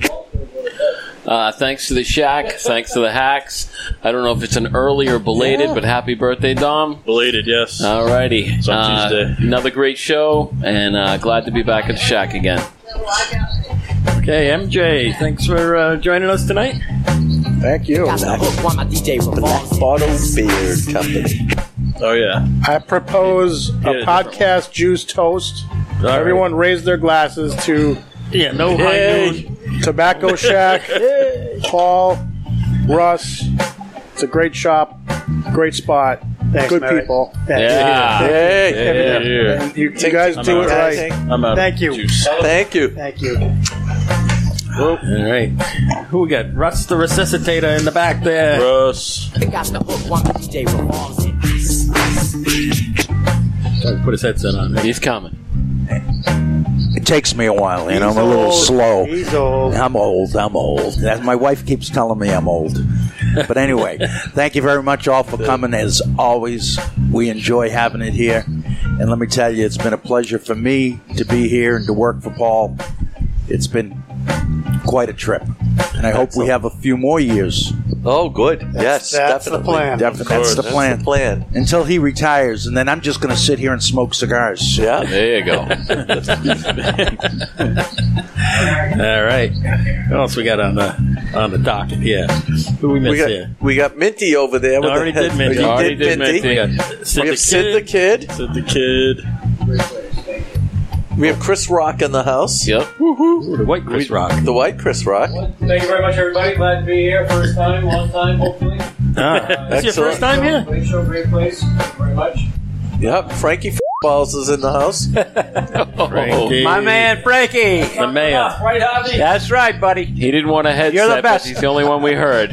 K: Uh, thanks to the shack. Thanks to the hacks. I don't know if it's an early or belated, but happy birthday, Dom.
Q: Belated, yes.
K: Alrighty.
Q: It's on
K: Uh,
Q: Tuesday.
K: Another great show, and uh, glad to be back at the shack again.
A: Okay, MJ, thanks for uh, joining us tonight.
J: Thank you.
E: Black
B: Bottle Beard Company.
Q: Oh yeah.
J: I propose a
Q: Yeah,
J: podcast juice toast.
Q: All right.
J: Everyone raise their glasses to
A: yeah, no
Q: high
J: Tobacco Shack, Paul, Russ. It's a great shop, great spot,
H: Thanks,
J: good
H: Merritt.
J: people.
H: Thanks. Yeah.
B: Hey,
Q: Yeah.
J: And you, you guys do it right.
Q: I'm out.
H: Thank you.
B: Thank you.
H: Thank you.
A: All right. Who we got? Russ the Resuscitator in the back there.
Q: Russ.
E: They got the hook on DJ Revolver.
A: Put his headset on.
K: He's coming.
I: It takes me a while, you know. I'm a little
H: old.
I: slow.
H: He's old.
I: I'm old. I'm old. That- my wife keeps telling me I'm old. But anyway, thank you very much all for coming. As always, we enjoy having it here. And let me tell you, it's been a pleasure for me to be here and to work for Paul. It's been quite a trip. And I hope we have a few more years.
B: Oh, good. yes,
I: that's the
B: definitely.
I: plan. Definitely,
B: Of course,
I: that's the plan.
B: plan.
I: Until he retires, and then I'm just going to sit here and smoke cigars.
B: Yeah.
K: There you go.
A: All right. What else we got on the on the docket? Yeah. Who we miss
B: got,
A: here?
B: we got Minty over there. with
A: already
B: the,
A: did Minty.
B: You
A: Already
B: did
A: did
B: Minty.
A: Minty. Sid
B: We
A: the
B: have Sid the Kid. Sid
A: the Kid.
B: We have Chris Rock in the house.
K: Yep.
B: Woohoo.
A: The white Chris Rock.
B: The white Chris Rock.
N: Thank you very much, everybody. Glad to be here. First time, long time, hopefully.
B: Ah,
N: This
B: excellent.
N: Great show, great place. Thank you very much.
B: Yep. Frankie F- Balls is in the house.
A: Oh,
D: My man Frankie.
K: The mayor.
N: Right, Javi?
D: That's right, buddy.
K: He didn't want a headset,
D: You're the
K: but
D: best.
K: he's the only one we heard.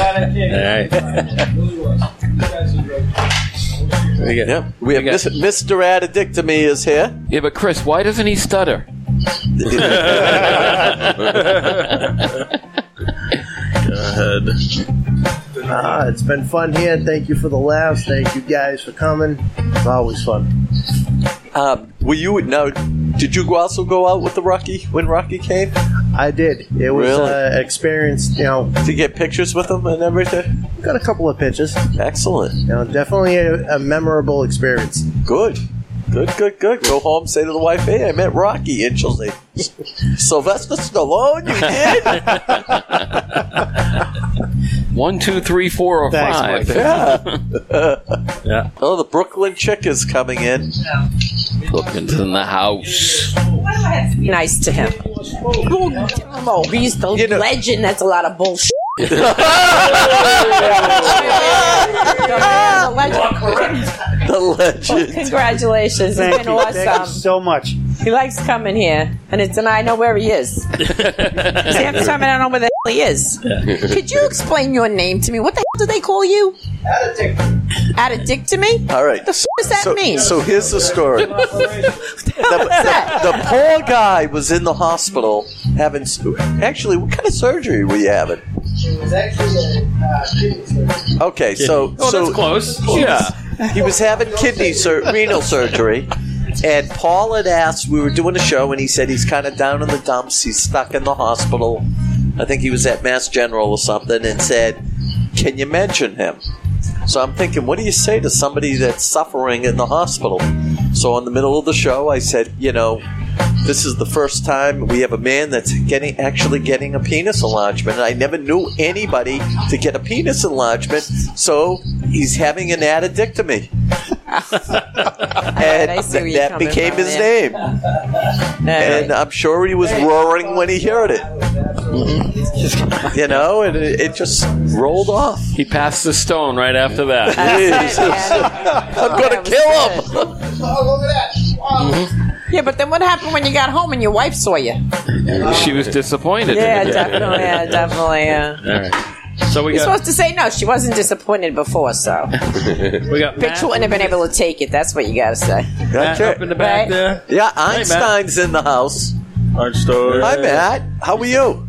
A: All
B: We
K: got-
B: yep. we have
K: we got-
B: Mis- Mr. Addictomy is here.
K: Yeah, but Chris, why doesn't he stutter?
Q: ahead.
T: Uh, it's been fun here. Thank you for the laughs. Thank you guys for coming. It's always fun.
B: Um, were you now? Did you also go out with the Rocky when Rocky came?
T: I did. It was
B: Really?
T: uh, experienced. You know,
B: to get pictures with him and everything.
T: Got a couple of pictures.
B: Excellent.
T: You know, definitely a, a memorable experience.
B: Good. Good, good, good. Go home, say to the wife, hey, I met Rocky. And she'll say, Sylvester Stallone, you did?
K: One, two, three, four, or five.
B: Yeah.
K: Yeah.
B: Oh, the Brooklyn chick is coming in.
K: Brooklyn's in the house.
U: Be nice to him. Well, Damo, he's the legend. That's a lot of bullshit. The legend.
B: The
U: Well,
B: legend.
U: congratulations.
H: Thank
U: it's been
H: you.
U: awesome.
H: Thank you so much.
U: He likes coming here, and it's and I know where he is. Because half the time I don't know where the hell he is. Could you explain your name to me? What the hell do they call you? Addictomy. Addictomy?
B: All right.
U: The f- does that
B: so,
U: mean?
B: So here's the story.
U: the,
B: the poor guy was in the hospital having. s- Actually, what kind of surgery were you having?
T: It was actually a uh, kidney surgery.
B: Okay, so
T: Oh,
B: so
T: that's close.
B: Yeah, he was having kidney sur- renal surgery, and Paul had asked. We were doing a show, and he said he's kind of down in the dumps. He's stuck in the hospital. I think he was at Mass General or something, and said, "Can you mention him?" So I'm thinking, what do you say to somebody that's suffering in the hospital? So in the middle of the show, I said, you know, this is the first time we have a man that's getting actually getting a penis enlargement. I never knew anybody to get a penis enlargement, so he's having an addictomy. and
U: I see where you're
B: that
U: coming
B: became
U: from,
B: his
U: yeah.
B: name. and I'm sure he was roaring when he heard it.
A: Mm-hmm.
B: you know, and it, it just rolled off.
K: He passed the stone right after that.
B: I'm gonna kill him.
U: yeah, but then what happened when you got home and your wife saw you?
K: She was disappointed.
U: Yeah, definitely. Yeah, definitely. Yeah.
K: All right. So we
U: You're
K: got
U: supposed to say no. She wasn't disappointed before, so.
K: we got
U: Bitch
K: Matt,
U: wouldn't have been able to take it. That's what you gotta say.
B: That's
A: Matt
B: it.
A: up in the back
U: Right.
A: there.
B: Yeah,
A: Matt.
B: Einstein's in the house.
A: Einstein.
B: Hi, Matt. How are you?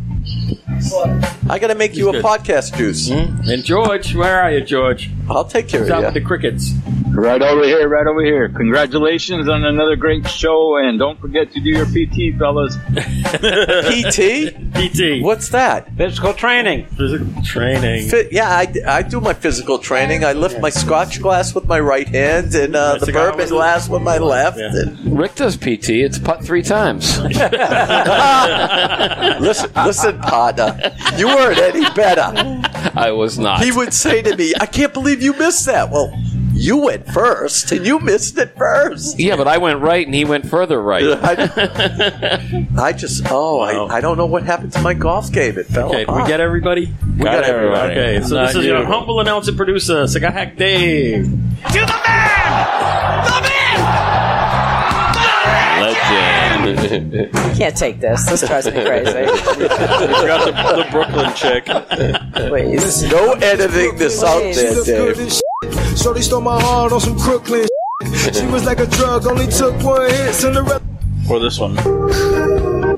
B: I gotta make you a
A: He's good. Hmm?
B: podcast juice.
A: And George, where are you, George?
B: I'll take care
A: He's
B: of
A: out
B: you.
A: with the crickets.
M: Right over here, right over here. Congratulations on another great show, and don't forget to do your PT, fellas.
B: PT?
A: PT.
B: What's that?
D: Physical training.
A: Physical training.
B: Fi- yeah, I, I do my physical training. I lift my scotch glass with my right hand and uh, the
K: cigar
B: bourbon
K: with it.
B: glass with my left. And
K: Rick does PT. It's putt three times.
B: listen,
D: Uh,
B: listen, partner, you weren't any better.
K: I was not.
B: He would say to me, "I can't believe you missed that." Well, you went first, and you missed it first.
K: Yeah, but I went right and he went further right.
B: I just, oh, I, I don't know what happened to my golf game. It fell
A: Okay, did we
B: apart.
A: get everybody?
B: We got, everybody.
A: Okay, so this is your humble announcer producer, Cigar Hack Dave.
K: Legend.
U: You can't take this. This drives me crazy.
Q: got the, the Brooklyn chick.
U: Please.
B: No editing this out there,
R: She looked good
B: Dave.
R: as shit. Shorty stole my heart on some Crooklyn shit. She was like a drug, only took one hit. And the rest
Q: Or this one.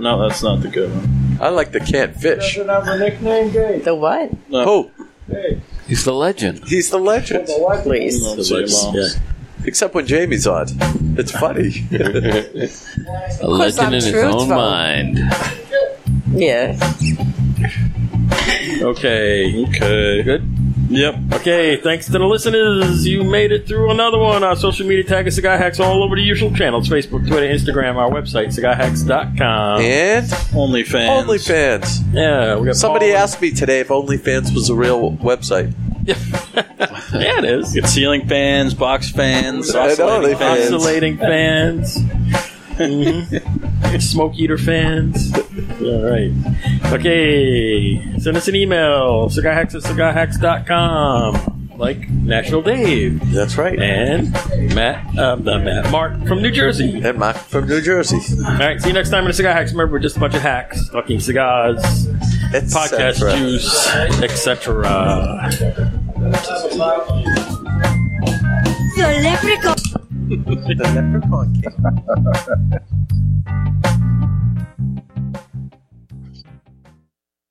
Q: No, that's not the good one.
B: I like the can't fish.
N: Doesn't have a nickname, Dave.
U: The what?
Q: No.
B: Oh,
N: Dave.
K: He's the legend.
B: he's the legend.
N: The wife.
U: Please.
Q: Let's see, Mom.
B: Except when Jamie's on. It's funny.
K: A legend in his own mind.
U: Yeah.
A: Okay. Okay. Good. Yep. Okay. Thanks to the listeners, you made it through another one. Our social media tag is Cigar Hacks all over the usual channels: Facebook, Twitter, Instagram. Our website, cigarhacks.com.
B: And
A: OnlyFans.
B: OnlyFans.
A: Yeah, we got
B: Somebody
A: Paul-
B: asked me today if OnlyFans was a real website.
A: yeah, it is.
Q: You got ceiling fans, box fans,
B: I know, they-
Q: oscillating fans.
A: Oscillating fans. Mhm. Smoke eater fans. All right. Okay. Send us an email cigarhacks at cigarhacks.com. Like National Dave.
B: That's right.
A: And Matt, uh, not Matt, Mark from New Jersey.
B: And Mark from New Jersey.
A: All right. See you next time in the Cigar Hacks. Remember, we're just a bunch of hacks talking cigars, podcast
B: cetera.
A: juice, etc.
R: The leprechaun. the leprechaun.